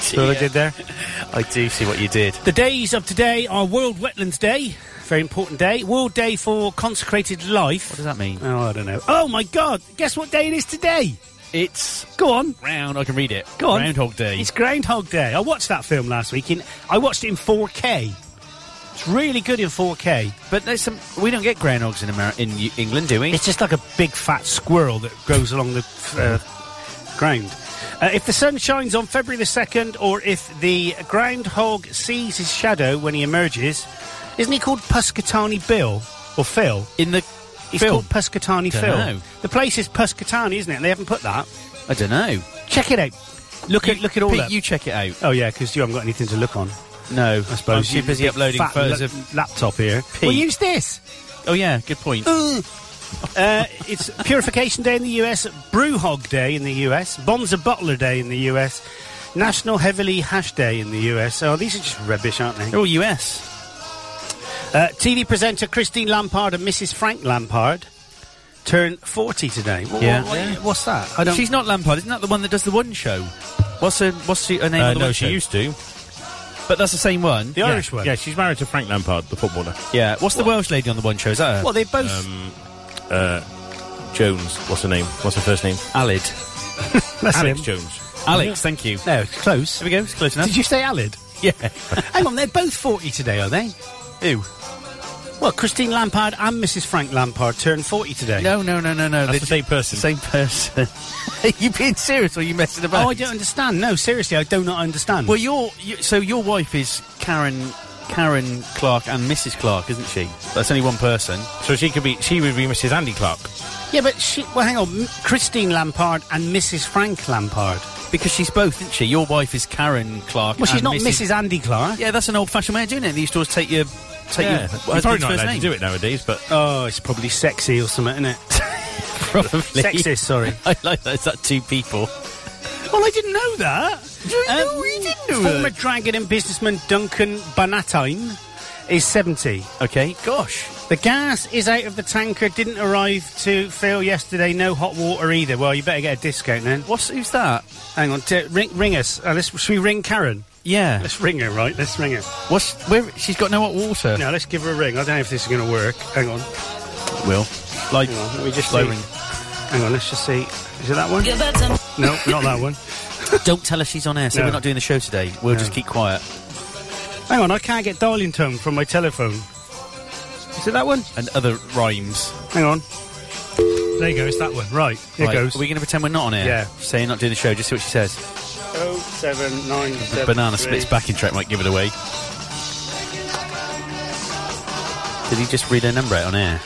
[SPEAKER 4] See what I did there?
[SPEAKER 5] I do see what you did.
[SPEAKER 4] The days of today are World Wetlands Day, very important day. World Day for Consecrated
[SPEAKER 5] What
[SPEAKER 4] Life.
[SPEAKER 5] does that mean?
[SPEAKER 4] Oh, I don't know. Oh my God! Guess what day it is today?
[SPEAKER 5] It's
[SPEAKER 4] Go on.
[SPEAKER 5] round. I can read it.
[SPEAKER 4] Go on.
[SPEAKER 5] Groundhog Day.
[SPEAKER 4] It's Groundhog Day. I watched that film last week. In I watched it in 4K. It's really good in 4K.
[SPEAKER 5] But there's some. We don't get groundhogs in America, in U- England, do we?
[SPEAKER 4] It's just like a big fat squirrel that goes along the uh, ground. Uh, if the sun shines on February the 2nd, or if the groundhog sees his shadow when he emerges, isn't he called Puscatani Bill? Or Phil?
[SPEAKER 5] in the
[SPEAKER 4] He's
[SPEAKER 5] film.
[SPEAKER 4] called Puscatani
[SPEAKER 5] Dunno.
[SPEAKER 4] Phil. The place is Puscatani, isn't it? And they haven't put that.
[SPEAKER 5] I don't know.
[SPEAKER 4] Check it out. Look at look at all
[SPEAKER 5] Pete,
[SPEAKER 4] that.
[SPEAKER 5] you check it out.
[SPEAKER 4] oh yeah, because you haven't got anything to look on.
[SPEAKER 5] No,
[SPEAKER 4] I suppose.
[SPEAKER 5] I'm too
[SPEAKER 4] You've
[SPEAKER 5] busy
[SPEAKER 4] got a
[SPEAKER 5] uploading
[SPEAKER 4] fat
[SPEAKER 5] photos
[SPEAKER 4] la-
[SPEAKER 5] of.
[SPEAKER 4] laptop here. Well, use this.
[SPEAKER 5] Oh yeah, good point.
[SPEAKER 4] Uh, it's Purification Day in the US, Brewhog Day in the US, Bonza Butler Day in the US, National Heavily Hash Day in the US. Oh, these are just rubbish, aren't they?
[SPEAKER 5] They're all US.
[SPEAKER 4] Uh, TV presenter Christine Lampard and Mrs. Frank Lampard turn 40 today. Wha- wha-
[SPEAKER 5] Yeah.
[SPEAKER 4] wha-
[SPEAKER 5] Yeah.
[SPEAKER 4] What's that? I don't.
[SPEAKER 5] She's not Lampard. Isn't that the one that does the one show? What's her What's her, her name?
[SPEAKER 6] Uh,
[SPEAKER 5] on the
[SPEAKER 6] no,
[SPEAKER 5] one
[SPEAKER 6] she
[SPEAKER 5] show?
[SPEAKER 6] used to.
[SPEAKER 5] But that's the same one.
[SPEAKER 4] the
[SPEAKER 6] Yeah.
[SPEAKER 4] Irish one.
[SPEAKER 6] Yeah, she's married to Frank Lampard, the footballer.
[SPEAKER 5] Yeah. What's the Welsh lady on the one show? Is that her? Um,
[SPEAKER 4] Well, they both.
[SPEAKER 6] Jones. What's her name? What's her first name?
[SPEAKER 5] Alid.
[SPEAKER 4] that's
[SPEAKER 6] Alex
[SPEAKER 4] him.
[SPEAKER 6] Jones.
[SPEAKER 5] Alex. Thank you.
[SPEAKER 4] No, it's close.
[SPEAKER 5] There we go. It's close enough.
[SPEAKER 4] Did you say Alid?
[SPEAKER 5] Yeah.
[SPEAKER 4] Hang on, they're both 40 today, are they?
[SPEAKER 5] Who?
[SPEAKER 4] Well, Christine Lampard and Mrs. Frank Lampard turn 40 today.
[SPEAKER 5] No, no, no, no, no.
[SPEAKER 6] That's the same person.
[SPEAKER 5] Same person. are you being serious or are you messing about?
[SPEAKER 4] Oh, I don't understand. No, seriously, I do not understand.
[SPEAKER 5] Well, your you, so your wife is Karen, Karen Clark and Mrs. Clark, isn't she? That's only one person.
[SPEAKER 6] So she could be. She would be Mrs. Andy Clark.
[SPEAKER 4] Yeah, but she. Well, hang on. M- Christine Lampard and Mrs. Frank Lampard.
[SPEAKER 5] Because she's both, isn't she? Your wife is Karen Clark.
[SPEAKER 4] Well, she's
[SPEAKER 5] and
[SPEAKER 4] not Mrs. Andy Clark.
[SPEAKER 5] Yeah, that's an old-fashioned way of doing it. They used to always take your take your
[SPEAKER 6] you're
[SPEAKER 5] husband's
[SPEAKER 6] probably not
[SPEAKER 5] first
[SPEAKER 6] allowed
[SPEAKER 5] name.
[SPEAKER 6] to do it nowadays, but
[SPEAKER 4] Oh, it's probably sexy or something, isn't it?
[SPEAKER 5] Probably.
[SPEAKER 4] Sexist, sorry.
[SPEAKER 5] I like that. It's that two people.
[SPEAKER 4] well, I didn't know that.
[SPEAKER 5] no, we didn't know
[SPEAKER 4] Um, Former
[SPEAKER 5] that.
[SPEAKER 4] dragon and businessman Duncan Bannatyne is 70.
[SPEAKER 5] Okay. Gosh.
[SPEAKER 4] The gas is out of the tanker, didn't arrive to Phil yesterday, no hot water either. Well, you better get a discount then.
[SPEAKER 5] What's who's that?
[SPEAKER 4] Hang on, t- ring, ring us. Uh, let's, should we ring Karen?
[SPEAKER 5] Yeah.
[SPEAKER 4] Let's ring her, right? Let's ring her.
[SPEAKER 5] What's where? She's got no hot water.
[SPEAKER 4] Now, let's give her a ring. I don't know if this is going to work. Hang on.
[SPEAKER 5] Will. Like
[SPEAKER 4] Hang on, let me just see.
[SPEAKER 5] lowering.
[SPEAKER 4] Hang on, let's just see. Is it that one?
[SPEAKER 2] Give it to me.
[SPEAKER 4] No, not that one.
[SPEAKER 5] Don't tell us she's on air, so
[SPEAKER 4] No.
[SPEAKER 5] we're not doing the show today. We'll just keep quiet.
[SPEAKER 4] Hang on, I can't get dialing tone from my telephone. Is it that one?
[SPEAKER 5] And other rhymes.
[SPEAKER 4] Hang on. There you go, it's that one. Right, here
[SPEAKER 5] Right,
[SPEAKER 4] goes.
[SPEAKER 5] Are we going to pretend we're not on air?
[SPEAKER 4] Yeah.
[SPEAKER 5] Say you're not doing the show, just see what she says.
[SPEAKER 4] Oh, seven, nine, seven,
[SPEAKER 5] Banana
[SPEAKER 4] three.
[SPEAKER 5] Splits backing track might give it away. Did he just read her number out on air?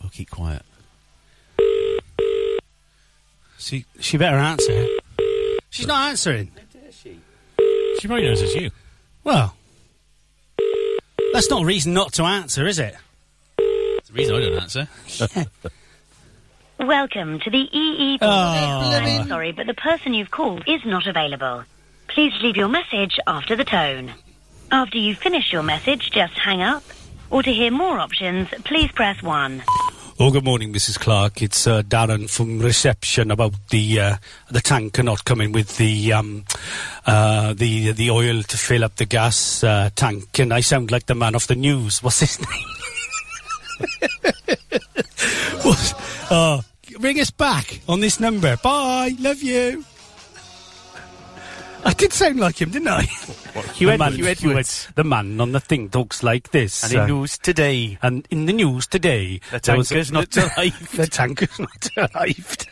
[SPEAKER 5] We'll keep quiet.
[SPEAKER 4] She she better answer. She's not answering.
[SPEAKER 6] She probably knows it's you.
[SPEAKER 4] Well, that's not a reason not to answer, is it?
[SPEAKER 6] It's the reason I don't answer.
[SPEAKER 8] Welcome to the EE. I'm sorry, but the person you've called is not available. Please leave your message after the tone. After you finish your message, just hang up. Or to hear more options, please press 1.
[SPEAKER 4] Oh, good morning, Mrs. Clark. It's uh, Darren from reception about the uh, the tanker not coming with the um, uh, the the oil to fill up the gas uh, tank, and I sound like the man off the news. What's his name? what? Oh, ring us back on this number. Bye. Love you. I did sound like him, didn't I?
[SPEAKER 5] Hugh
[SPEAKER 4] the,
[SPEAKER 5] Ed-
[SPEAKER 4] man,
[SPEAKER 5] Hugh Edwards.
[SPEAKER 4] the man on the thing talks like this.
[SPEAKER 5] And
[SPEAKER 4] uh,
[SPEAKER 5] in news today,
[SPEAKER 4] and in the news today,
[SPEAKER 5] The
[SPEAKER 4] there was
[SPEAKER 5] tanker's
[SPEAKER 4] a-
[SPEAKER 5] not
[SPEAKER 4] the-
[SPEAKER 5] arrived.
[SPEAKER 4] the tanker's not arrived.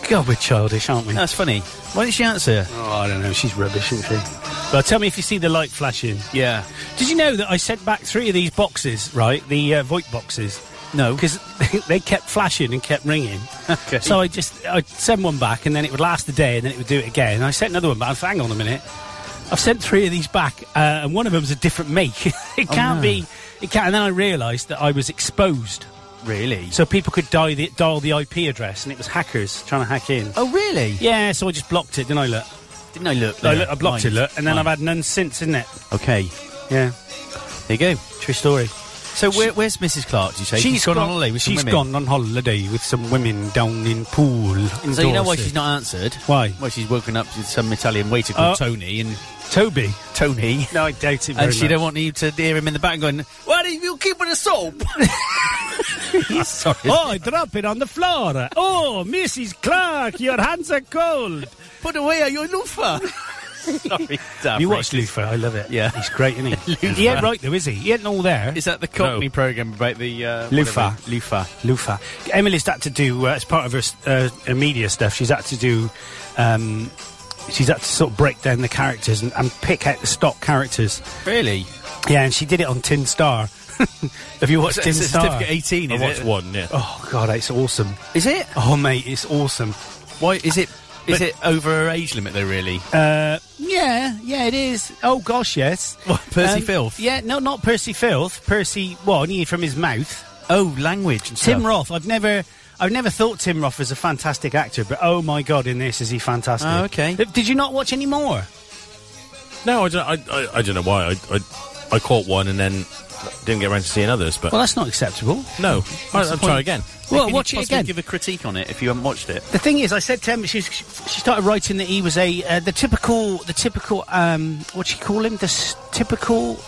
[SPEAKER 4] God, we're childish, aren't we?
[SPEAKER 5] that's funny. Why didn't she answer?
[SPEAKER 4] Oh, I don't know. She's rubbish, isn't she? Well, tell me if you see the light flashing.
[SPEAKER 5] Yeah.
[SPEAKER 4] Did you know that I sent back three of these boxes, right? The uh, Voight boxes. No, because they kept flashing and kept ringing.
[SPEAKER 5] Okay.
[SPEAKER 4] So I just I would send one back, and then it would last a day, and then it would do it again. And I sent another one back. I thought, Hang on a minute, I've sent three of these back, uh, and one of them's a different make. it can't be. It can't. And then I realised that I was exposed,
[SPEAKER 5] Really?
[SPEAKER 4] so people could dial the, dial the IP address, and it was hackers trying to hack in.
[SPEAKER 5] oh, really?
[SPEAKER 4] Yeah, so I just blocked it, didn't I? Look,
[SPEAKER 5] Didn't I look?
[SPEAKER 4] I,
[SPEAKER 5] there?
[SPEAKER 4] look, I blocked it,
[SPEAKER 5] Fine.
[SPEAKER 4] look, and then
[SPEAKER 5] Fine.
[SPEAKER 4] I've had none since, isn't it?
[SPEAKER 5] Okay.
[SPEAKER 4] Yeah,
[SPEAKER 5] There you go.
[SPEAKER 4] true story.
[SPEAKER 5] So where, where's Mrs. Clark? Do you say
[SPEAKER 4] She's
[SPEAKER 5] gone, on holiday with some
[SPEAKER 4] she's
[SPEAKER 5] women?
[SPEAKER 4] gone on holiday with some women down in pool. In
[SPEAKER 5] So you know why
[SPEAKER 4] Dorset.
[SPEAKER 5] she's not answered?
[SPEAKER 4] Why?
[SPEAKER 5] Well, she's woken up with some Italian waiter called
[SPEAKER 4] Oh.
[SPEAKER 5] Tony and
[SPEAKER 4] Toby?
[SPEAKER 5] Tony,
[SPEAKER 4] No, I doubt it. Very
[SPEAKER 5] and she
[SPEAKER 4] much.
[SPEAKER 5] don't want you to hear him in the back going, "Why do you keep with the soap?" Sorry.
[SPEAKER 4] Oh, drop it on the floor. Oh, Mrs. Clark, your hands are cold.
[SPEAKER 5] put away your loofah. Sorry, damn
[SPEAKER 4] you
[SPEAKER 5] right.
[SPEAKER 4] watch Lufa, I love it.
[SPEAKER 5] Yeah.
[SPEAKER 4] He's great, isn't he? he ain't right though, is he? He ain't all there.
[SPEAKER 5] Is that the Cockney program about the uh,
[SPEAKER 4] Loofah.
[SPEAKER 5] whatever? Loofah.
[SPEAKER 4] Lufa. Emily's had to do, uh, as part of her, s- uh, her media stuff, she's had to do, um, she's had to sort of break down the characters and, and pick out the stock characters.
[SPEAKER 5] Really?
[SPEAKER 4] Yeah, and she did it on Tin Star. Have you watched
[SPEAKER 5] It's,
[SPEAKER 4] Tin
[SPEAKER 5] a
[SPEAKER 4] Star?
[SPEAKER 5] certificate eighteen. Is it?
[SPEAKER 6] one, yeah.
[SPEAKER 4] Oh god, it's awesome.
[SPEAKER 5] Is it?
[SPEAKER 4] Oh mate, it's awesome.
[SPEAKER 5] Why is it? Is
[SPEAKER 4] But-
[SPEAKER 5] it over her age limit though? Really?
[SPEAKER 4] Uh, yeah, yeah, it is. Oh gosh, yes. Um,
[SPEAKER 5] What, Percy Filth?
[SPEAKER 4] Yeah, no, not Percy Filth. Percy, well, only from his mouth.
[SPEAKER 5] oh, language. And
[SPEAKER 4] Tim
[SPEAKER 5] stuff.
[SPEAKER 4] Roth. I've never, I've never thought Tim Roth was a fantastic actor, but oh my god, in this is he fantastic.
[SPEAKER 5] Oh, okay.
[SPEAKER 4] Uh, Did you not watch any more?
[SPEAKER 9] No, I don't. I, I, I don't know why. I, I I caught one and then didn't get around to seeing others. But
[SPEAKER 4] Well, that's not acceptable.
[SPEAKER 9] no, I,
[SPEAKER 5] the
[SPEAKER 9] I'll
[SPEAKER 5] point?
[SPEAKER 9] try again.
[SPEAKER 4] Well,
[SPEAKER 5] Can you
[SPEAKER 4] watch it
[SPEAKER 5] possibly
[SPEAKER 4] again.
[SPEAKER 5] Give a critique on it if you haven't watched it.
[SPEAKER 4] The thing is, I said to him, she, she started writing that he was a uh, the typical, the typical, um, what she call him, the s- typical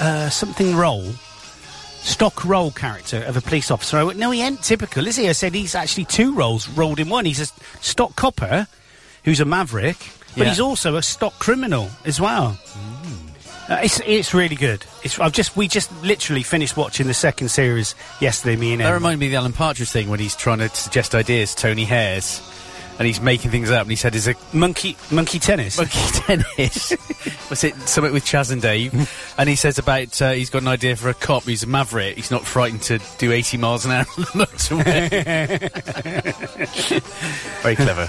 [SPEAKER 4] uh, something role, stock role character of a police officer. I went, no, he ain't typical, is he? I said he's actually two roles rolled in one. He's a s- stock copper, who's a maverick, but
[SPEAKER 5] Yeah.
[SPEAKER 4] he's also a stock criminal as well. Uh, it's it's really good. It's I've just we just literally finished watching the second series yesterday. Me and
[SPEAKER 5] That
[SPEAKER 4] Em.
[SPEAKER 5] reminded me of the Alan Partridge thing when he's trying to suggest ideas. to Tony Hares, and he's making things up. And he said, "Is a
[SPEAKER 4] monkey monkey tennis.
[SPEAKER 5] monkey tennis? Was it something with Chaz and Dave?" and he says about uh, he's got an idea for a cop. He's a maverick. He's not frightened to do eighty miles an hour on the motorway. Very clever.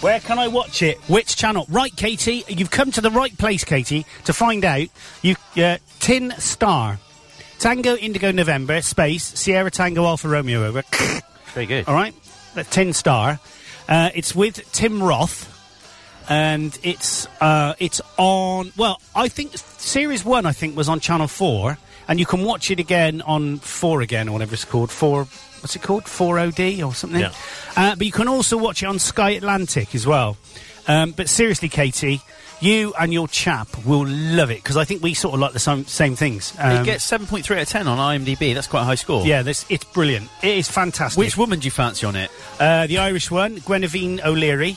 [SPEAKER 4] Where can I watch it? Which channel? Right, Katie, you've come to the right place, Katie, to find out. You uh, Tin Star, Tango Indigo November Space Sierra Tango Alpha Romeo over.
[SPEAKER 5] Very good.
[SPEAKER 4] All right, the Tin Star. Uh, it's with Tim Roth, and it's uh, it's on. Well, I think series one. I think was on Channel Four, and you can watch it again on Four again or whatever it's called. Four. What's it called? Four OD or something.
[SPEAKER 9] Yeah.
[SPEAKER 4] Uh, but you can also watch it on Sky Atlantic as well. Um, but seriously, Katie. You and your chap will love it because I think we sort of like the same, same things.
[SPEAKER 5] it
[SPEAKER 4] Um,
[SPEAKER 5] gets seven point three out of ten on IMDb. That's quite a high score.
[SPEAKER 4] yeah, this, it's brilliant. It is fantastic.
[SPEAKER 5] Which woman do you fancy on it?
[SPEAKER 4] Uh, the Irish one, Gwenevere O'Leary.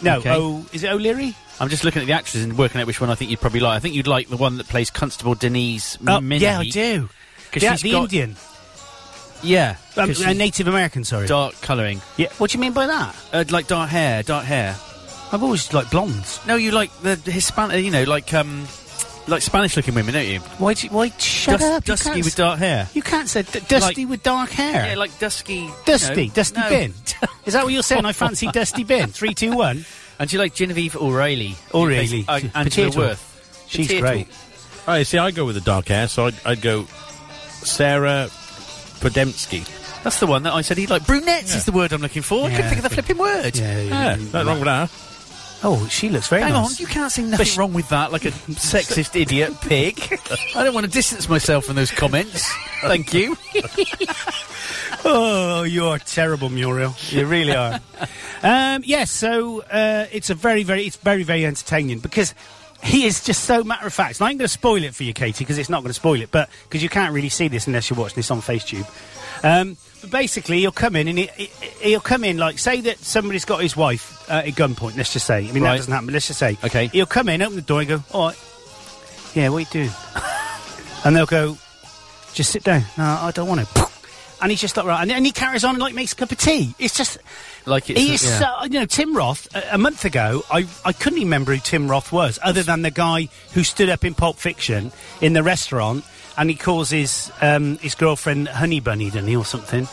[SPEAKER 4] No,
[SPEAKER 5] Okay.
[SPEAKER 4] oh, is it O'Leary?
[SPEAKER 5] I'm just looking at the actors and working out which one I think you'd probably like. I think you'd like the one that plays Constable Denise
[SPEAKER 4] Oh,
[SPEAKER 5] Minnie.
[SPEAKER 4] yeah, I do.
[SPEAKER 5] 'Cause
[SPEAKER 4] Yeah,
[SPEAKER 5] she's
[SPEAKER 4] the
[SPEAKER 5] got-
[SPEAKER 4] Indian,
[SPEAKER 5] Yeah,
[SPEAKER 4] um,
[SPEAKER 5] 'cause
[SPEAKER 4] uh,
[SPEAKER 5] she's
[SPEAKER 4] Native American. Sorry.
[SPEAKER 5] dark colouring,
[SPEAKER 4] yeah. What do you mean by that?
[SPEAKER 5] uh, like dark hair, dark hair.
[SPEAKER 4] I've always liked blondes.
[SPEAKER 5] No, you like the Hispanic, you know, like um, like Spanish-looking women, don't you?
[SPEAKER 4] Why? Do you, why? Shut
[SPEAKER 5] Dus-
[SPEAKER 4] up! you
[SPEAKER 5] dusky
[SPEAKER 4] can't
[SPEAKER 5] with
[SPEAKER 4] s-
[SPEAKER 5] dark hair.
[SPEAKER 4] You can't say d- dusty
[SPEAKER 5] Like-
[SPEAKER 4] with dark hair.
[SPEAKER 5] Yeah, like dusky,
[SPEAKER 4] dusty,
[SPEAKER 5] you know.
[SPEAKER 4] dusty
[SPEAKER 5] No.
[SPEAKER 4] bin. Is that what you're saying? I fancy dusty bin. Three, two, one.
[SPEAKER 5] And do you like Genevieve O'Reilly?
[SPEAKER 4] O'Reilly.
[SPEAKER 5] Uh, Angela
[SPEAKER 4] Potato.
[SPEAKER 5] Worth.
[SPEAKER 4] She's
[SPEAKER 5] Potato.
[SPEAKER 4] great.
[SPEAKER 9] Oh, see, I go with the dark hair, so I'd, I'd go Sarah Podemsky.
[SPEAKER 5] That's the one that I said he'd like. Brunettes is the word I'm looking for. I
[SPEAKER 4] Yeah,
[SPEAKER 5] couldn't think of the
[SPEAKER 4] I think-
[SPEAKER 5] flipping word.
[SPEAKER 4] Yeah,
[SPEAKER 9] Yeah,
[SPEAKER 4] yeah, yeah.
[SPEAKER 9] nothing wrong with that.
[SPEAKER 4] Oh, she looks very
[SPEAKER 5] Ah. Hang on,
[SPEAKER 4] nice.
[SPEAKER 5] you can't see nothing wrong with that, like a sexist idiot pig. I don't want to distance myself from those comments. Thank you.
[SPEAKER 4] Oh, you're terrible, Muriel. You really are. um, yes, so uh, it's a very, very, it's very, very entertaining because he is just so matter of fact. And I'm going to spoil it for you, Katie, because it's not going to spoil it, but because you can't really see this unless you're watching this on FaceTube. Um, but basically, he'll come in and he, he, he'll come in like say that somebody's got his wife uh, at gunpoint. Let's just say. I mean, that
[SPEAKER 5] Right.
[SPEAKER 4] doesn't happen. But let's just say.
[SPEAKER 5] Okay.
[SPEAKER 4] He'll come in, open the door, and go, "All right, yeah, what are you doing?" and they'll go, just sit down. No, I don't want to. And he's just like, right. And, and he carries on and, like, makes a cup of tea. It's just.
[SPEAKER 5] Like it's
[SPEAKER 4] He
[SPEAKER 5] a-
[SPEAKER 4] is
[SPEAKER 5] yeah.
[SPEAKER 4] so. You know, Tim Roth, a, a month ago, I, I couldn't even remember who Tim Roth was, other than the guy who stood up in Pulp Fiction in the restaurant and he calls his, um, his girlfriend Honey Bunny, doesn't he, or something.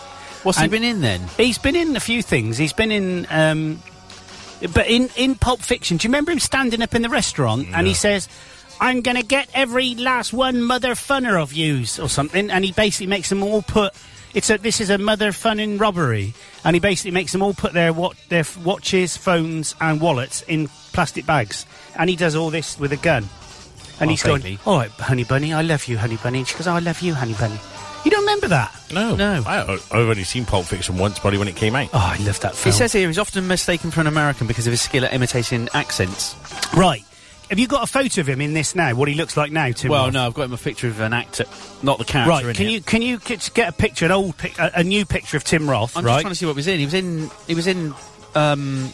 [SPEAKER 5] What's he
[SPEAKER 4] And-
[SPEAKER 5] been in then?
[SPEAKER 4] He's been in a few things. He's been in. Um, but in, in Pulp Fiction, do you remember him standing up in the restaurant and he says, I'm going to get every last one mother funner of yous or something? And he basically makes them all put. It's a, this is a mother funning robbery. And he basically makes them all put their, what, their f- watches, phones, and wallets in plastic bags. And he does all this with a gun. And
[SPEAKER 5] Oh,
[SPEAKER 4] he's
[SPEAKER 5] vaguely.
[SPEAKER 4] going, All right, honey bunny, I love you, honey bunny. And she goes, "Oh, I love you, honey bunny. You don't remember that?
[SPEAKER 9] No,
[SPEAKER 5] No.
[SPEAKER 9] I, I've only seen Pulp Fiction once, probably when it came out.
[SPEAKER 4] Oh, I love that
[SPEAKER 5] It
[SPEAKER 4] film.
[SPEAKER 5] says here he's often mistaken for an American because of his skill at imitating accents.
[SPEAKER 4] Right. Have you got a photo of him in this now? What he looks like now, Tim?
[SPEAKER 5] Well,
[SPEAKER 4] Roth?
[SPEAKER 5] no, I've got him a picture of an actor, not the character.
[SPEAKER 4] Right.
[SPEAKER 5] in
[SPEAKER 4] Can
[SPEAKER 5] it.
[SPEAKER 4] you can you get get a picture, an old, pic, a, a new picture of Tim Roth?
[SPEAKER 5] I'm
[SPEAKER 4] right.
[SPEAKER 5] just trying to see what he was in. He was in. He was in. Um,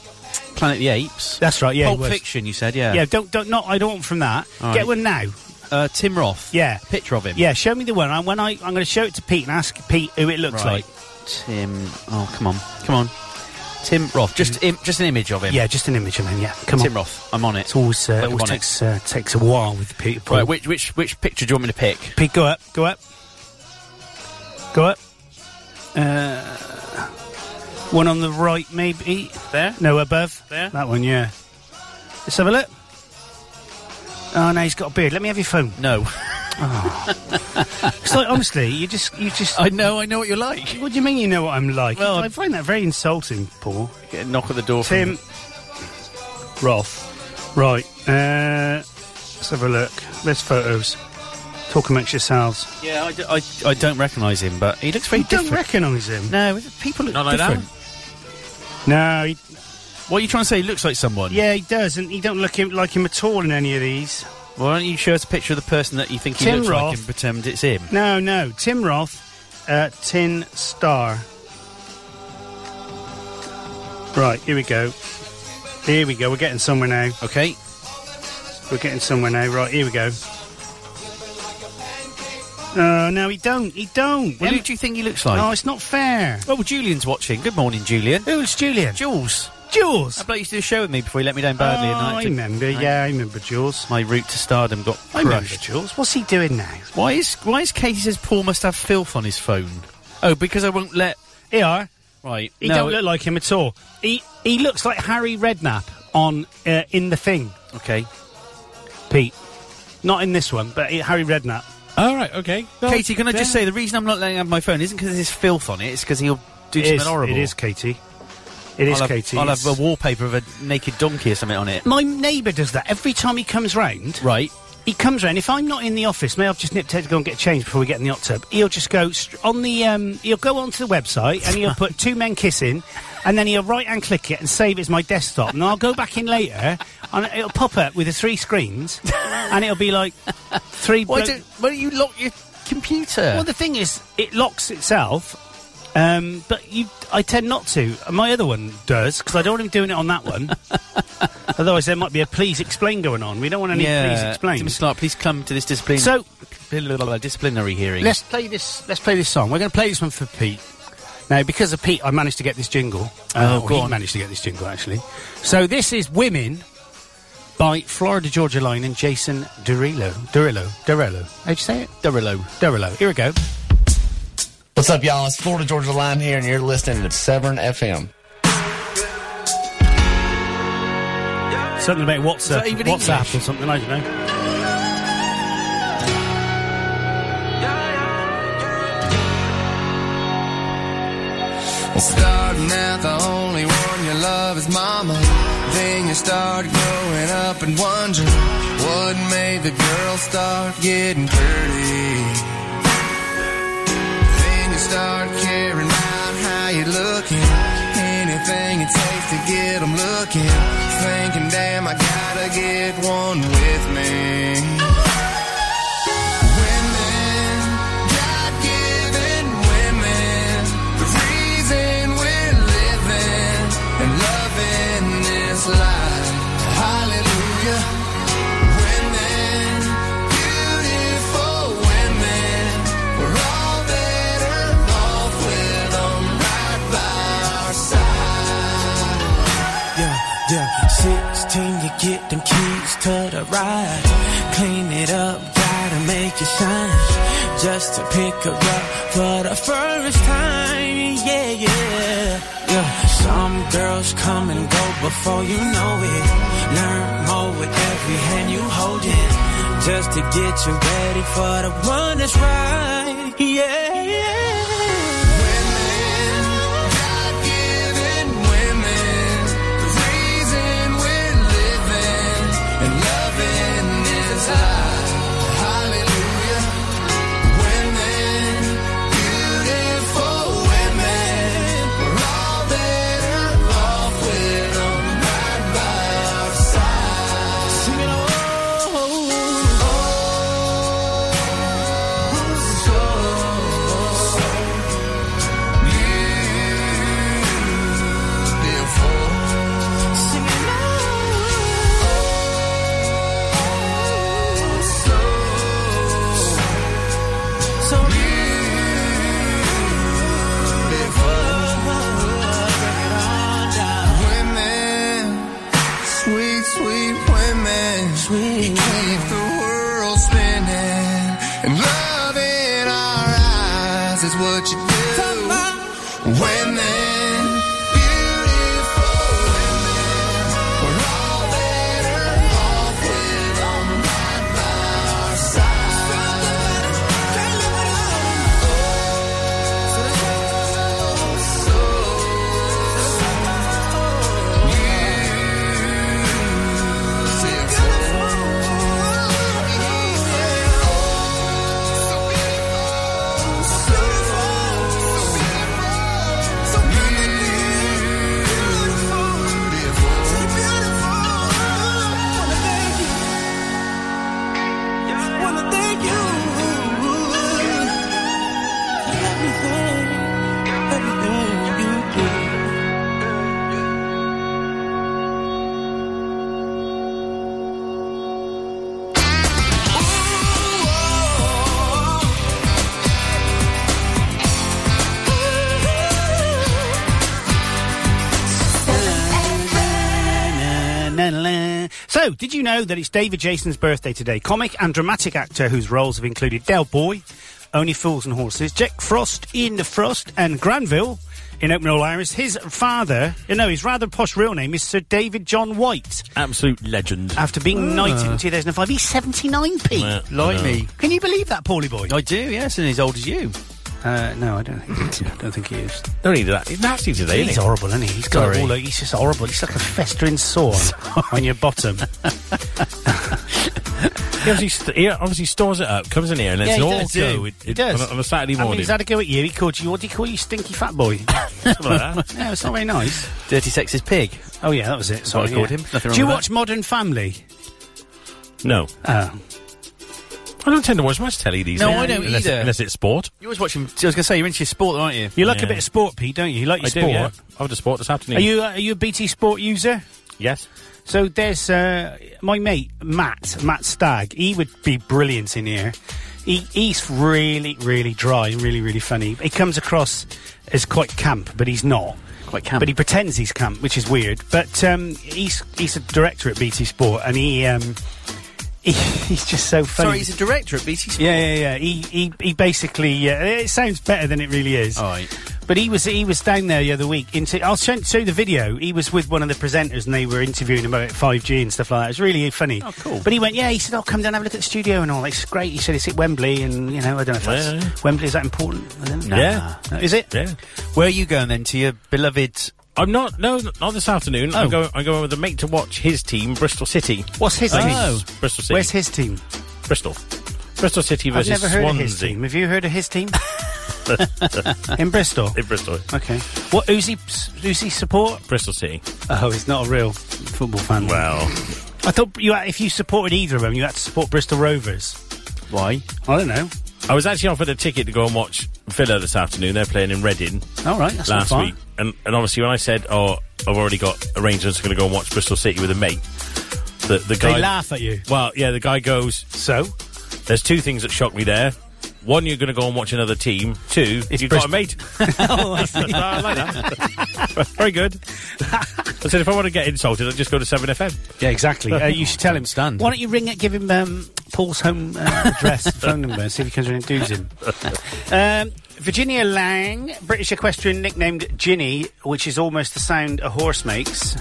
[SPEAKER 5] Planet of the Apes.
[SPEAKER 4] That's right, yeah, he
[SPEAKER 5] Pulp
[SPEAKER 4] was.
[SPEAKER 5] Fiction. You said, yeah.
[SPEAKER 4] yeah. Don't don't not. I don't want from that.
[SPEAKER 5] All
[SPEAKER 4] get
[SPEAKER 5] right.
[SPEAKER 4] one now.
[SPEAKER 5] Uh, Tim Roth.
[SPEAKER 4] Yeah.
[SPEAKER 5] Picture of him.
[SPEAKER 4] Yeah. Show me the one. And when I I'm going to show it to Pete and ask Pete who it looks
[SPEAKER 5] Right.
[SPEAKER 4] like.
[SPEAKER 5] Tim. Oh, come on, come on. Tim Roth. Just Im- just an image of him.
[SPEAKER 4] Yeah. Just an image of him. Yeah. Come
[SPEAKER 5] Tim
[SPEAKER 4] on.
[SPEAKER 5] Roth. I'm on it.
[SPEAKER 4] It's always uh,
[SPEAKER 5] Click
[SPEAKER 4] always
[SPEAKER 5] on it.
[SPEAKER 4] takes uh, takes a while with Pete.
[SPEAKER 5] Right. Which which which picture do you want me to pick?
[SPEAKER 4] Pete, go up. Go up. Go up. Uh, one on the right, maybe.
[SPEAKER 5] There.
[SPEAKER 4] No, above.
[SPEAKER 5] There?
[SPEAKER 4] That one, yeah. Let's have a look. Oh no, he's got a beard. Let me have your phone.
[SPEAKER 5] No.
[SPEAKER 4] It's like honestly, you just you just
[SPEAKER 5] I know. I know what you're like.
[SPEAKER 4] what do you mean you know what I'm like?
[SPEAKER 5] Well,
[SPEAKER 4] I find that very insulting, Paul.
[SPEAKER 5] Get a knock at the door. from-
[SPEAKER 4] Tim Roth. Right. Uh let's have a look. There's photos. Talk amongst yourselves.
[SPEAKER 5] Yeah. I, d- I, I don't recognise him, but he looks very
[SPEAKER 4] You don't
[SPEAKER 5] different.
[SPEAKER 4] recognise him.
[SPEAKER 5] no, people look
[SPEAKER 9] Not like that.
[SPEAKER 5] different.
[SPEAKER 4] No, he,
[SPEAKER 5] What are you trying to say? He looks like someone.
[SPEAKER 4] yeah, he does, and he don't look him, like him at all in any of these.
[SPEAKER 5] Why don't you show us a picture of the person that you think he
[SPEAKER 4] Tim
[SPEAKER 5] looks
[SPEAKER 4] Roth.
[SPEAKER 5] like and pretend it's him?
[SPEAKER 4] No, no, Tim Roth, uh, Tin Star. Right, here we go. Here we go. We're getting somewhere now.
[SPEAKER 5] Okay.
[SPEAKER 4] We're getting somewhere now. Right, here we go. Uh, no, he don't. He don't.
[SPEAKER 5] Well,
[SPEAKER 4] Em-
[SPEAKER 5] who do you think he looks like?
[SPEAKER 4] no, it's not fair.
[SPEAKER 5] Oh, well, Julian's watching. Good morning, Julian.
[SPEAKER 4] Who's Julian?
[SPEAKER 5] Jules.
[SPEAKER 4] Jules.
[SPEAKER 5] That bloke used to do a show with me before he let me down badly. and
[SPEAKER 4] Oh,
[SPEAKER 5] had
[SPEAKER 4] I
[SPEAKER 5] to-
[SPEAKER 4] remember.
[SPEAKER 5] I-
[SPEAKER 4] Yeah, I remember Jules.
[SPEAKER 5] My route to stardom got
[SPEAKER 4] I remember
[SPEAKER 5] crushed.
[SPEAKER 4] Jules. What's he doing now?
[SPEAKER 5] Why is Why is Katie says Paul must have filth on his phone? Oh, because I won't let.
[SPEAKER 4] Here. you are.
[SPEAKER 5] Right.
[SPEAKER 4] He
[SPEAKER 5] no,
[SPEAKER 4] don't look like him at all. He he looks like Harry Redknapp on uh, in the thing.
[SPEAKER 5] Okay.
[SPEAKER 4] Pete. Not in this one, but i- Harry Redknapp.
[SPEAKER 9] All right, okay. No,
[SPEAKER 5] Katie, can I just
[SPEAKER 9] there.
[SPEAKER 5] say the reason I'm not letting him have my phone isn't because there's filth on it. It's because he'll do
[SPEAKER 4] It
[SPEAKER 5] something
[SPEAKER 4] is,
[SPEAKER 5] horrible.
[SPEAKER 4] it is Katie. It
[SPEAKER 5] I'll
[SPEAKER 4] is
[SPEAKER 5] have,
[SPEAKER 4] Katie.
[SPEAKER 5] I'll have
[SPEAKER 4] It's-
[SPEAKER 5] a wallpaper of a naked donkey or something on it.
[SPEAKER 4] My neighbour does that every time he comes round.
[SPEAKER 5] Right.
[SPEAKER 4] He comes round. If I'm not in the office, maybe I've just nipped out to go and get changed before we get in the hot tub. He'll just go str- on the. Um, he'll go onto the website and he'll put two men kissing, and then he'll right hand click it and save it as my desktop. And I'll go back in later, and it'll pop up with the three screens, and it'll be like three.
[SPEAKER 5] Why
[SPEAKER 4] blo-
[SPEAKER 5] don't Why don't you lock your computer?
[SPEAKER 4] Well, the thing is, it locks itself, um, but you, I tend not to. My other one does because I don't want him doing it on that one. Otherwise, there might be a please explain going on. We don't want any please explain.
[SPEAKER 5] Tim Clark, please come to this discipline.
[SPEAKER 4] So
[SPEAKER 5] disciplinary hearing.
[SPEAKER 4] let's play this. Let's play this song. We're going to play this one for Pete. Now, because of Pete, I managed to get this jingle. Uh,
[SPEAKER 5] Oh,
[SPEAKER 4] or
[SPEAKER 5] go
[SPEAKER 4] he
[SPEAKER 5] on.
[SPEAKER 4] managed to get this jingle actually. So this is women by Florida Georgia Line and Jason Derulo. Derulo. Derulo. How'd you say it? Derulo. Derulo. Here we go.
[SPEAKER 10] What's up, y'all? It's Florida Georgia Line here, and you're listening to Severn FM.
[SPEAKER 4] Something about WhatsApp,
[SPEAKER 5] that even
[SPEAKER 4] WhatsApp
[SPEAKER 5] English?
[SPEAKER 4] or something. I don't know.
[SPEAKER 11] Starting out, the only one you love is mama. Then you start growing up and wonder what made the girl start getting pretty. Then you start caring about how you're looking. Anything it takes to get 'em looking. Thinking, damn, I gotta get one with me. Women, God-given women, the reason we're living and loving this life. Hallelujah. Women, beautiful women, we're all better off with 'em right by our side.
[SPEAKER 12] Yeah, yeah. 16, you get them keys to the ride. Clean it up, gotta make it shine. Just to pick her up for the first time. Yeah, yeah. Yeah, some girls come and go before you know it. Learn more with every hand you hold it. Just to get you ready for the one that's right. Yeah, yeah.
[SPEAKER 11] God-given women, the reason we're living and loving is life. Hallelujah. Women, beautiful women, we're all better off with 'em right by our side. Sing it oh, so, so Sweet, sweet women, sweet. you keep the world spinning, and love in our eyes is what you do. Women, beautiful women, we're all better off with 'em right by our side.
[SPEAKER 4] Na-na-na. So, did you know that it's David Jason's birthday today? Comic and dramatic actor whose roles have included Del Boy, Only Fools and Horses, Jack Frost in The Frost, and Granville in Open All Iris. His father, you know, his rather posh real name is Sir David John White.
[SPEAKER 9] Absolute legend.
[SPEAKER 4] After being
[SPEAKER 5] Ah.
[SPEAKER 4] knighted in 2005, he's 79p.
[SPEAKER 9] Yeah,
[SPEAKER 5] Like me.
[SPEAKER 4] Can you believe that, Paulie boy?
[SPEAKER 5] I do, yes, and as old as you.
[SPEAKER 4] Uh, no, I don't think. I don't think he is.
[SPEAKER 9] Don't need that. He's nasty today.
[SPEAKER 4] He's
[SPEAKER 9] isn't he?
[SPEAKER 4] horrible, isn't he? He's got it
[SPEAKER 9] Sorry.
[SPEAKER 4] all. over- He's just horrible. He's like a festering sore on your bottom.
[SPEAKER 9] He obviously, st- he obviously stores it up, comes in here, and lets
[SPEAKER 4] Yeah,
[SPEAKER 9] it
[SPEAKER 4] he
[SPEAKER 9] all
[SPEAKER 4] does
[SPEAKER 9] go
[SPEAKER 4] do.
[SPEAKER 9] It-
[SPEAKER 4] He
[SPEAKER 9] it-
[SPEAKER 4] does.
[SPEAKER 9] on a- on a Saturday
[SPEAKER 4] I mean,
[SPEAKER 9] morning.
[SPEAKER 4] he's had a go at you. He called you. What did he call you? Stinky fat boy.
[SPEAKER 9] Something like that.
[SPEAKER 4] yeah, it's not very nice.
[SPEAKER 5] Dirty Sex's Pig.
[SPEAKER 4] Oh yeah, that was it. Sorry,
[SPEAKER 5] what I called
[SPEAKER 4] yeah.
[SPEAKER 5] him. Nothing
[SPEAKER 4] Do you
[SPEAKER 5] wrong with
[SPEAKER 4] watch Modern Family?
[SPEAKER 9] No,
[SPEAKER 4] Oh,
[SPEAKER 9] I don't tend to watch much telly these
[SPEAKER 5] No,
[SPEAKER 9] days.
[SPEAKER 5] I don't
[SPEAKER 9] unless,
[SPEAKER 5] either.
[SPEAKER 9] Unless it's sport.
[SPEAKER 5] You're always watching. I was going to say you're into your sport, aren't you?
[SPEAKER 4] you like a
[SPEAKER 9] Yeah.
[SPEAKER 4] bit of sport, Pete, don't you? You like your
[SPEAKER 9] I
[SPEAKER 4] sport.
[SPEAKER 9] do. Yeah. I went to sport this afternoon.
[SPEAKER 4] Are you uh, are you a BT Sport user?
[SPEAKER 9] Yes.
[SPEAKER 4] So there's uh, my mate Matt, Matt Stagg. He would be brilliant in here. He, he's really, really dry and really, really funny. He comes across as quite camp, but he's not.
[SPEAKER 5] quite camp.
[SPEAKER 4] But he pretends he's camp, which is weird. But um, he's he's a director at BT Sport, and he um, he, he's just so funny.
[SPEAKER 5] Sorry, he's a director at BT Sport.
[SPEAKER 4] Yeah, yeah, yeah. He he, he basically. Uh, it sounds better than it really is.
[SPEAKER 5] All right.
[SPEAKER 4] But he was he was down there the other week. Into I'll show, show you the video. He was with one of the presenters, and they were interviewing him about five G and stuff like that. It was really funny.
[SPEAKER 5] Oh, cool.
[SPEAKER 4] But he went, yeah. He said, "I'll come down and have a look at the studio and all. It's great." He said, "It's at Wembley, and you know, I don't know if that's
[SPEAKER 5] Yeah.
[SPEAKER 4] Wembley is that important." I don't know.
[SPEAKER 5] Yeah.
[SPEAKER 4] No, is it?
[SPEAKER 9] Yeah.
[SPEAKER 5] Where are you going then to your beloved?
[SPEAKER 9] I'm not. No, not this afternoon.
[SPEAKER 5] Oh.
[SPEAKER 9] I'm going. I'm going with a mate to watch his team, Bristol City.
[SPEAKER 4] What's his
[SPEAKER 5] Oh,
[SPEAKER 9] Uh,
[SPEAKER 4] team?
[SPEAKER 9] he's- Bristol City.
[SPEAKER 4] Oh. Where's his team?
[SPEAKER 9] Bristol. Bristol City
[SPEAKER 4] I've
[SPEAKER 9] versus
[SPEAKER 4] never heard of
[SPEAKER 9] Swansea.
[SPEAKER 4] his team. Have you heard of his team? In Bristol.
[SPEAKER 9] In Bristol.
[SPEAKER 4] Okay. What Uzi Uzi support?
[SPEAKER 9] Bristol City.
[SPEAKER 4] Oh, he's not a real football fan.
[SPEAKER 9] Well,
[SPEAKER 4] I thought you had, if you supported either of them, you had to support Bristol Rovers.
[SPEAKER 5] Why?
[SPEAKER 4] I don't know.
[SPEAKER 9] I was actually offered a ticket to go and watch Villa this afternoon. They're playing in Reading.
[SPEAKER 4] All right, Oh, that's not
[SPEAKER 9] last
[SPEAKER 4] far.
[SPEAKER 9] week, and and obviously when I said, "Oh, I've already got arrangements, going to go and watch Bristol City with a mate," the the guy
[SPEAKER 4] They laugh at you.
[SPEAKER 9] Well, yeah, the guy goes,
[SPEAKER 4] "So,
[SPEAKER 9] there's two things that shocked me there. One, you're going to go and watch another team. Two, you've got a mate.
[SPEAKER 4] Oh,
[SPEAKER 9] I like that. Very good. I said, if I want to get insulted, I'll just go to Seven FM.
[SPEAKER 4] Yeah, exactly. Uh, you should tell him.
[SPEAKER 5] Stand.
[SPEAKER 4] Why don't you ring it? Give him um, Paul's home uh, address, phone number, and see if he comes around and doos him. Um, Virginia Lang, British equestrian nicknamed Ginny, which is almost the sound a horse makes.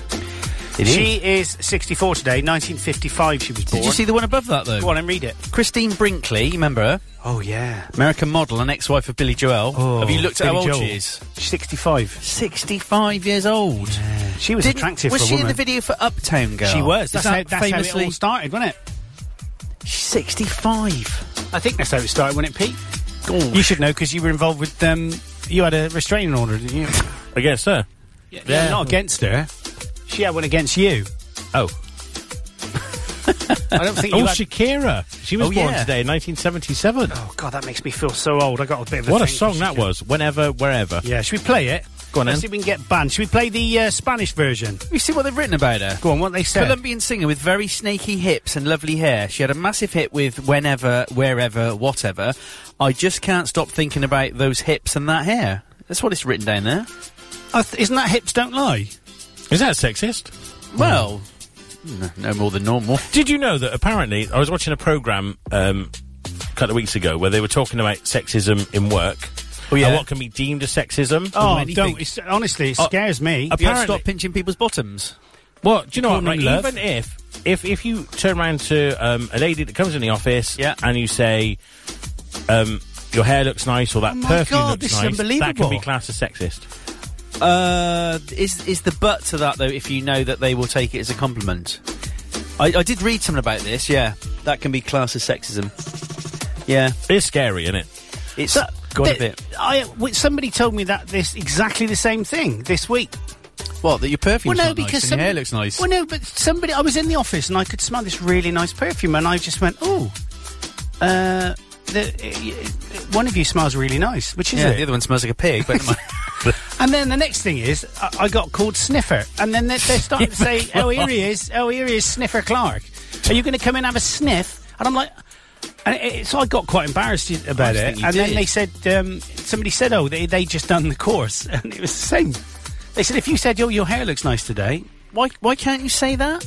[SPEAKER 5] It
[SPEAKER 4] she is. 64 today. 1955 she was born.
[SPEAKER 5] Did you see the one above that though?
[SPEAKER 4] Go on and read it.
[SPEAKER 5] Christine Brinkley, you remember her?
[SPEAKER 4] Oh yeah,
[SPEAKER 5] American model and ex-wife of Billy Joel. Have you looked at how
[SPEAKER 4] Oh, Billy
[SPEAKER 5] old
[SPEAKER 4] Joel.
[SPEAKER 5] she is?
[SPEAKER 4] 65.
[SPEAKER 5] Sixty-five years old.
[SPEAKER 4] She was
[SPEAKER 5] Didn't-
[SPEAKER 4] attractive
[SPEAKER 5] Was
[SPEAKER 4] for a
[SPEAKER 5] she in
[SPEAKER 4] woman.
[SPEAKER 5] the video for Uptown Girl?
[SPEAKER 4] She was.
[SPEAKER 5] Is
[SPEAKER 4] Oh. That's,
[SPEAKER 5] that
[SPEAKER 4] how, that's how it
[SPEAKER 5] famously-
[SPEAKER 4] all started, wasn't it?
[SPEAKER 5] She's sixty-five.
[SPEAKER 4] I think that's how it started, wasn't it, Pete? You should know because you were involved with um, you had a restraining order, didn't you?
[SPEAKER 9] Against her.
[SPEAKER 4] yeah, not against her. She had one against you.
[SPEAKER 9] Oh.
[SPEAKER 4] I don't think.
[SPEAKER 9] Oh,
[SPEAKER 4] you had...
[SPEAKER 9] Shakira. She was
[SPEAKER 4] Oh,
[SPEAKER 9] born
[SPEAKER 4] yeah.
[SPEAKER 9] today in 1977.
[SPEAKER 4] Oh god, that makes me feel so old. I got a bit of a
[SPEAKER 9] what a
[SPEAKER 4] thing for
[SPEAKER 9] song that
[SPEAKER 4] Shakira.
[SPEAKER 9] was. Whenever, wherever.
[SPEAKER 4] Yeah, should we play it?
[SPEAKER 9] Go on
[SPEAKER 4] Let's
[SPEAKER 9] then.
[SPEAKER 4] see if we can get banned. Should we play the uh, Spanish version?
[SPEAKER 5] You see what they've written about her?
[SPEAKER 4] Go on, what they said.
[SPEAKER 5] Colombian singer with very snaky hips and lovely hair. She had a massive hit with Whenever, Wherever, Whatever. I just can't stop thinking about those hips and that hair. That's what it's written down there.
[SPEAKER 4] I th- isn't that hips don't lie?
[SPEAKER 9] Is that sexist?
[SPEAKER 5] Well, n- no more than normal.
[SPEAKER 9] Did you know that apparently I was watching a program um, a couple of weeks ago where they were talking about sexism in work?
[SPEAKER 5] Oh, yeah.
[SPEAKER 9] And what can be deemed as sexism?
[SPEAKER 4] Oh,
[SPEAKER 5] anything.
[SPEAKER 4] don't! It's, honestly, it
[SPEAKER 9] Oh,
[SPEAKER 4] scares me.
[SPEAKER 9] a-
[SPEAKER 5] You had to
[SPEAKER 9] Apparently-
[SPEAKER 5] stop pinching people's bottoms.
[SPEAKER 9] Well, do you know what?
[SPEAKER 5] Calling
[SPEAKER 9] Right,
[SPEAKER 5] love.
[SPEAKER 9] even if if if you turn around to um, a lady that comes in the office
[SPEAKER 5] Yeah.
[SPEAKER 9] and you say, um, "Your hair looks nice" or "That
[SPEAKER 4] Oh my
[SPEAKER 9] perfume
[SPEAKER 4] God,
[SPEAKER 9] looks
[SPEAKER 4] this is
[SPEAKER 9] nice," that
[SPEAKER 4] unbelievable.
[SPEAKER 9] can be classed as sexist.
[SPEAKER 5] Uh, is is the but to that though? If you know that they will take it as a compliment, I, I did read something about this. Yeah, that can be classed as sexism. Yeah,
[SPEAKER 9] It's scary, isn't it?
[SPEAKER 5] it's
[SPEAKER 4] That-
[SPEAKER 5] got
[SPEAKER 4] that-
[SPEAKER 5] a bit.
[SPEAKER 4] I w- somebody told me that this exactly the same thing this week.
[SPEAKER 5] What that your perfume?
[SPEAKER 4] well, no, because
[SPEAKER 5] your
[SPEAKER 4] some-
[SPEAKER 5] hair looks nice.
[SPEAKER 4] Well, no, but somebody. I was in the office and I could smell this really nice perfume, and I just went, "Oh, uh, the, uh, one of you smells really nice." Which is
[SPEAKER 5] yeah,
[SPEAKER 4] it?
[SPEAKER 5] the other one smells like a pig. But never mind.
[SPEAKER 4] And then the next thing is, I, I got called Sniffer, and then they're, they're starting to say, "Oh, here he is! Oh, here he is, Sniffer Clark. Are you going to come in and have a sniff?" And I'm like. And it, it- so I got quite embarrassed y- about
[SPEAKER 5] I
[SPEAKER 4] it,
[SPEAKER 5] think
[SPEAKER 4] and
[SPEAKER 5] you
[SPEAKER 4] then
[SPEAKER 5] did.
[SPEAKER 4] they said um, somebody said, "Oh, they they just done the course," and it was the same. They said, "If you said, oh, your hair looks nice today,
[SPEAKER 5] why why can't you say that?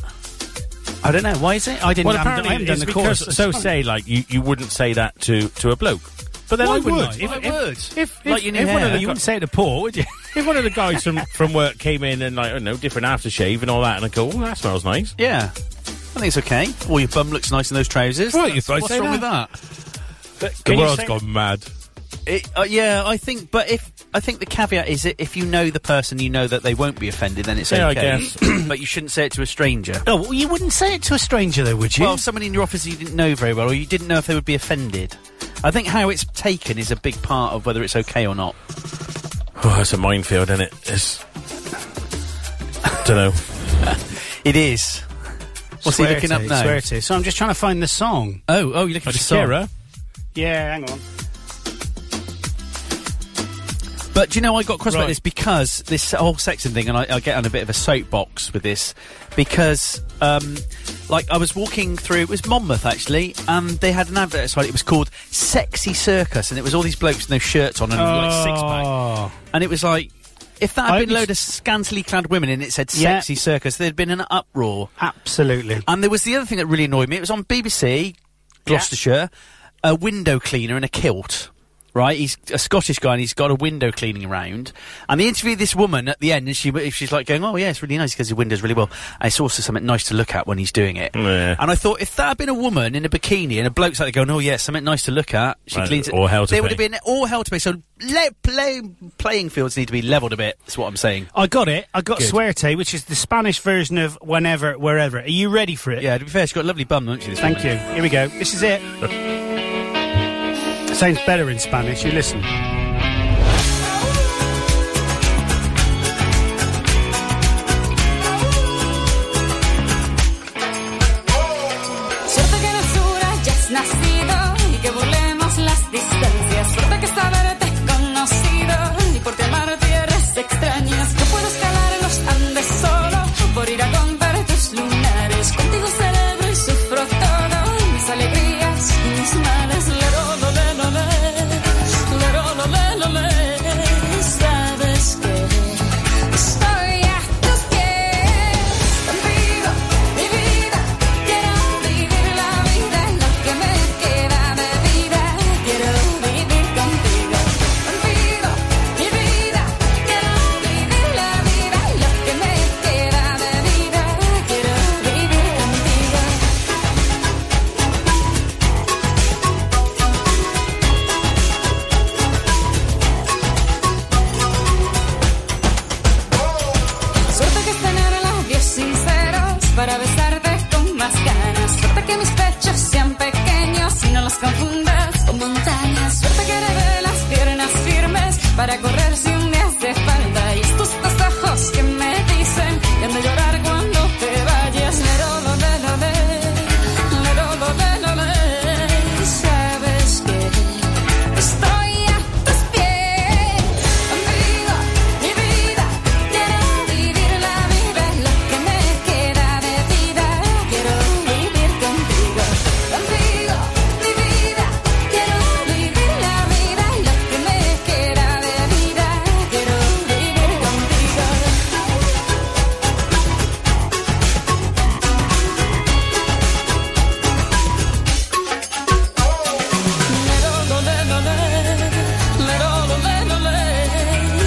[SPEAKER 4] I don't know why is it? I didn't.
[SPEAKER 9] Well,
[SPEAKER 4] I haven't,
[SPEAKER 9] apparently,
[SPEAKER 4] I haven't done
[SPEAKER 9] it's
[SPEAKER 4] the
[SPEAKER 9] because
[SPEAKER 4] course.
[SPEAKER 9] so say like you, you wouldn't say that to to a bloke, but then
[SPEAKER 4] Why
[SPEAKER 9] I would.
[SPEAKER 4] wouldn't I?
[SPEAKER 9] If,
[SPEAKER 5] Why
[SPEAKER 9] if-
[SPEAKER 5] would?
[SPEAKER 9] if, if,
[SPEAKER 5] Like your new
[SPEAKER 9] if one of
[SPEAKER 5] hair.
[SPEAKER 9] the
[SPEAKER 4] you
[SPEAKER 9] gu-
[SPEAKER 4] wouldn't say it to Paul, would you?
[SPEAKER 9] if one of the guys from from work came in and like I don't know different aftershave and all that, and I go, "Oh, that smells nice."
[SPEAKER 5] Yeah, I think it's okay. Or your bum looks nice in those trousers.
[SPEAKER 9] Right, you
[SPEAKER 5] That's-
[SPEAKER 9] say
[SPEAKER 5] What's wrong
[SPEAKER 9] that.
[SPEAKER 5] with that?
[SPEAKER 9] The
[SPEAKER 4] Can you
[SPEAKER 9] world's
[SPEAKER 4] say-
[SPEAKER 9] gone mad.
[SPEAKER 5] It, uh, yeah, I think. But if I think the caveat is that if you know the person, you know that they won't be offended. Then it's
[SPEAKER 9] Yeah, I
[SPEAKER 5] okay.
[SPEAKER 9] guess.
[SPEAKER 5] but you shouldn't say it to a stranger.
[SPEAKER 4] No, well, you wouldn't say it to a stranger, though, would you?
[SPEAKER 5] Well, someone in your office you didn't know very well, or you didn't know if they would be offended. I think how it's taken is a big part of whether it's okay or not.
[SPEAKER 9] Oh, it's a minefield, isn't it? It's. don't know.
[SPEAKER 5] It is. What's he
[SPEAKER 4] Swear
[SPEAKER 5] looking
[SPEAKER 4] to,
[SPEAKER 5] up now?
[SPEAKER 4] Swear to. So I'm just trying to find the song.
[SPEAKER 5] Oh, oh, you're looking for Sarah.
[SPEAKER 4] Yeah, hang on.
[SPEAKER 5] But do you know, I got cross
[SPEAKER 4] Right.
[SPEAKER 5] about this because this whole sexing thing, and I, I get on a bit of a soapbox with this because, um, like, I was walking through, it was Monmouth actually, and they had an advertisement. It was called Sexy Circus, and it was all these blokes with no shirts on and like six pack.
[SPEAKER 4] Oh.
[SPEAKER 5] And it was like, If that had
[SPEAKER 4] I
[SPEAKER 5] been
[SPEAKER 4] only-
[SPEAKER 5] a load of scantily clad women and it said
[SPEAKER 4] Yeah.
[SPEAKER 5] sexy circus, there'd been an uproar.
[SPEAKER 4] Absolutely.
[SPEAKER 5] And there was the other thing that really annoyed me. It was on BBC, Gloucestershire, a window cleaner in a kilt. Right, he's a Scottish guy and he's got a window cleaning round. And they interview this woman at the end, and she she's like going, "Oh yeah, it's really nice because the windows really well. And it's also something nice to look at when he's doing it." And I thought if that had been a woman in a bikini and a bloke's like going, "Oh yeah, something nice to look at," she
[SPEAKER 9] Right,
[SPEAKER 5] cleans it.
[SPEAKER 9] or hell to
[SPEAKER 5] there would
[SPEAKER 9] pay.
[SPEAKER 5] have been all hell to pay. So le- play- playing fields need to be levelled a bit. That's what I'm saying.
[SPEAKER 4] I got it. I got
[SPEAKER 5] Good.
[SPEAKER 4] suerte, which is the Spanish version of whenever, wherever. Are you ready for it?
[SPEAKER 5] Yeah, to be fair, she's got a lovely bum, hasn't she? This
[SPEAKER 4] Thank
[SPEAKER 5] woman?
[SPEAKER 4] you. Here we go. This is it. Sounds better in Spanish. You listen.
[SPEAKER 2] Suerte que nos dura, ya has nacido y que burlemos las distancias. Suerte que esta verte es conocido y porque amar tierras extrañas. No puedo escalar los Andes solo por ir a comprar tus lunares. Contigo celebro y sufro todo, mis alegrías y mis males. Lero, lo, le, lo, le. Lero, lo, le, lo, le. Sabes que estoy a tus pies. Te pido mi vida. Quiero vivir la vida, lo que me queda de vida. Quiero vivir contigo, contigo, mi vida. Quiero vivir la vida, lo que me queda de vida. Quiero vivir contigo. Suerte que estrenar a labios sinceros para besarte con más ganas. Suerte que mis pechos sean pequeños y no los confundas con montañas. Suerte que de las piernas firmes para correr si un día hace falta. Y estos tastajos que me dicen que han de llorar cuando te vayas. Lero, lo, le, lo, le. Lero, lo, le, lo, le. Sabes que estoy a tus pies. Amigo, mi vida. Quiero vivir la vida, lo que me queda de vida. Quiero vivir contigo, contigo, mi vida. Quiero vivir la vida, lo que me queda de vida. Quiero vivir contigo.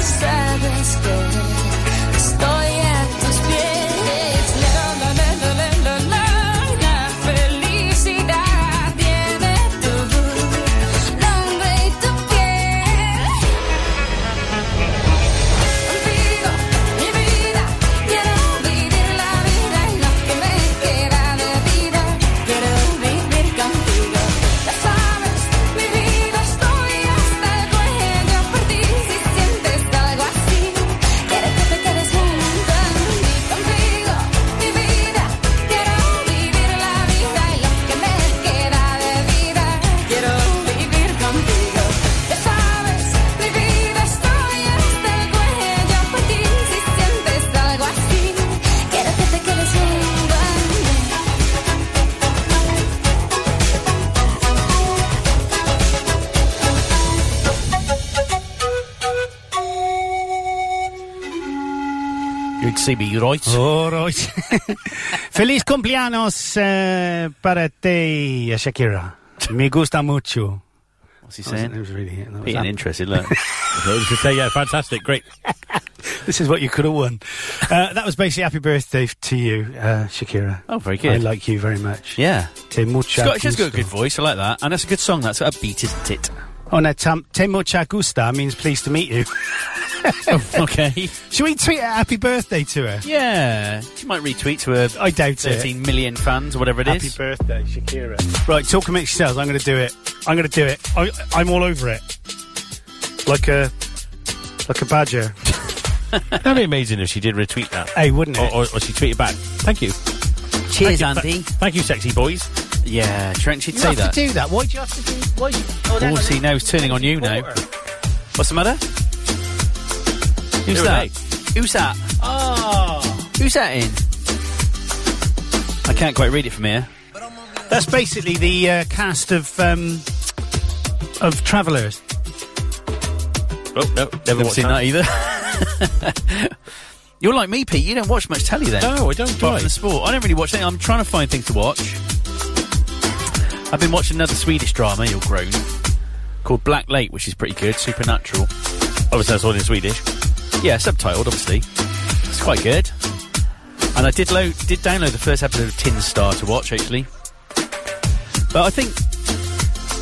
[SPEAKER 2] Sabes que estoy a tus pies. La felicidad tiene tu nombre y tu piel. Contigo, mi vida. Quiero vivir la vida y lo que me queda de vida. Quiero vivir contigo. Ya sabes, mi vida estoy hasta el cuello por ti. Si sientes algo así, quiero que te quedes junto a mí. Contigo, mi vida. Quiero vivir la vida y lo que me queda de vida. Quiero vivir contigo. Ya sabes, mi vida estoy hasta el cuello por ti. Si sientes algo así, quiero que te quedes junto a mí.
[SPEAKER 5] You'd see me, right?
[SPEAKER 4] All right. Feliz cumpleaños eh, para ti, Shakira. Me gusta mucho.
[SPEAKER 5] What's he
[SPEAKER 4] That was-
[SPEAKER 5] saying?
[SPEAKER 4] that was really that was
[SPEAKER 5] Being
[SPEAKER 4] that.
[SPEAKER 5] interested, look.
[SPEAKER 9] yeah, fantastic, great.
[SPEAKER 4] This is what you could have won. Uh, that was basically happy birthday f- to you, uh, Shakira.
[SPEAKER 5] Oh, very
[SPEAKER 4] I
[SPEAKER 5] good.
[SPEAKER 4] like you very much.
[SPEAKER 5] Yeah.
[SPEAKER 4] Te
[SPEAKER 5] She's
[SPEAKER 4] mucha
[SPEAKER 5] got, she's got a
[SPEAKER 4] gusta.
[SPEAKER 5] good voice. I like that, and that's a good song. That's upbeat, isn't it?
[SPEAKER 4] Oh, no, tam, te mucha gusta means pleased to meet you.
[SPEAKER 5] okay.
[SPEAKER 4] Should we tweet a happy birthday to her?
[SPEAKER 5] Yeah, she might retweet to her.
[SPEAKER 4] I doubt it.
[SPEAKER 5] 13 million fans or whatever it
[SPEAKER 4] Happy
[SPEAKER 5] is.
[SPEAKER 4] birthday, Shakira. Right, talk amongst yourselves. I'm going to do it. I'm going to do it. I, I'm all over it. Like a, like a badger.
[SPEAKER 9] That'd be amazing if she did retweet that.
[SPEAKER 4] Hey, wouldn't it?
[SPEAKER 9] Or, or, or she tweeted back. Thank you.
[SPEAKER 5] Cheers,
[SPEAKER 9] Thank you,
[SPEAKER 5] Andy.
[SPEAKER 9] th- thank you, sexy boys.
[SPEAKER 5] Yeah, Trent, she'd
[SPEAKER 4] You
[SPEAKER 5] say
[SPEAKER 4] have
[SPEAKER 5] that.
[SPEAKER 4] to do that. Why do you have to do? Why? You, oh, no, no,
[SPEAKER 5] Horsey
[SPEAKER 4] no.
[SPEAKER 5] now is turning on you now. What's the matter? Who's
[SPEAKER 4] Who are
[SPEAKER 5] that? Who's that?
[SPEAKER 4] Oh,
[SPEAKER 5] Who's that in? I can't quite read it from here.
[SPEAKER 4] that's basically the uh, cast of um, of Travellers.
[SPEAKER 9] Oh, no, never,
[SPEAKER 5] Never
[SPEAKER 9] Oh, watched
[SPEAKER 5] seen that either. You're like me, Pete. You don't watch much telly then.
[SPEAKER 9] e- No, I don't, do
[SPEAKER 5] Apart
[SPEAKER 9] I?
[SPEAKER 5] from the sport. I don't really watch anything. I'm trying to find things to watch. I've been watching another Swedish drama. You'll groan. Called Black Lake, which is pretty good. Supernatural.
[SPEAKER 9] Obviously, that's all in Swedish.
[SPEAKER 5] Yeah, subtitled. Obviously, it's quite good. And I did load, did download the first episode of Tin Star to watch actually. But I think